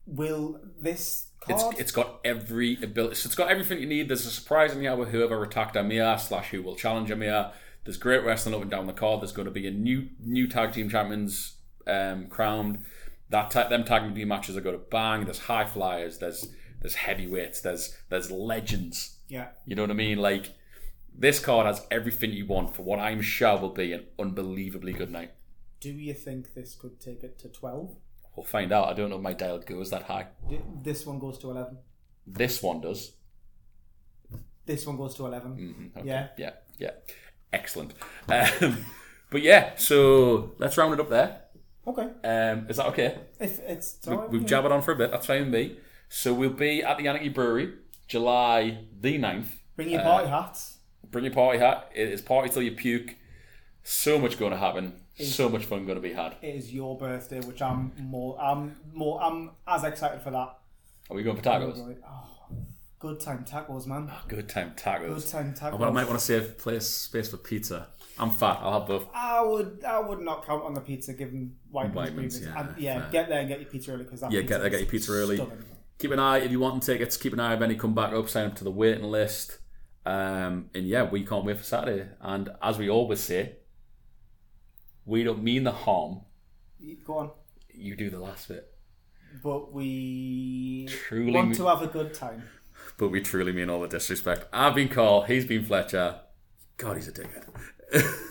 Speaker 1: Will this
Speaker 2: It's,
Speaker 1: card?
Speaker 2: it's got every ability. So it's got everything you need. There's a surprise in here with whoever attacked Amir slash who will challenge Amir. There's great wrestling up and down the card. There's going to be a new new tag team champions um, crowned. That ta- them tag team matches are going to bang. There's high flyers. There's there's heavyweights. There's there's legends.
Speaker 1: yeah,
Speaker 2: You know what I mean? Like this card has everything you want for what I'm sure will be an unbelievably good night.
Speaker 1: do you think this could take it to twelve?
Speaker 2: We'll find out. I don't know if my dial goes that high.
Speaker 1: This one goes to eleven.
Speaker 2: This one does.
Speaker 1: This one goes to 11
Speaker 2: Okay.
Speaker 1: Yeah.
Speaker 2: Yeah. Yeah. Excellent. Um, but yeah, so let's round it up there.
Speaker 1: Okay,
Speaker 2: Um, is that okay?
Speaker 1: if it's
Speaker 2: We,
Speaker 1: time,
Speaker 2: we've
Speaker 1: yeah.
Speaker 2: jabbered on for a bit. That's fine with me. So we'll be at the Anarchy Brewery July the 9th.
Speaker 1: bring your party hats.
Speaker 2: Bring your party hat. It is party till you puke. So much going to happen. So much fun going to be had.
Speaker 1: It is your birthday, which I'm more, I'm more, I'm as excited for that.
Speaker 2: Are we going for tacos?
Speaker 1: Oh, good time tacos, man.
Speaker 2: Good time
Speaker 1: Good
Speaker 2: tacos.
Speaker 1: time tacos.
Speaker 2: want to save place space for pizza. I'm fat. I'll have both.
Speaker 1: I would I would not count on the pizza given white
Speaker 2: White
Speaker 1: man's
Speaker 2: man's,
Speaker 1: previous.
Speaker 2: yeah,
Speaker 1: And, yeah
Speaker 2: fair.
Speaker 1: get there and get your pizza early because
Speaker 2: Yeah, get there, get your pizza early.
Speaker 1: Stunning.
Speaker 2: keep an eye if you want tickets. Keep an eye if any come back up. Sign up to the waiting list. Um, and yeah, we can't wait for Saturday. And as we always say, we don't mean the harm
Speaker 1: Go on.
Speaker 2: You do the last bit.
Speaker 1: But we
Speaker 2: Truly
Speaker 1: want
Speaker 2: me-
Speaker 1: to have a good time.
Speaker 2: But we truly mean all the disrespect. I've been Carl. He's been Fletcher. God, he's a dickhead.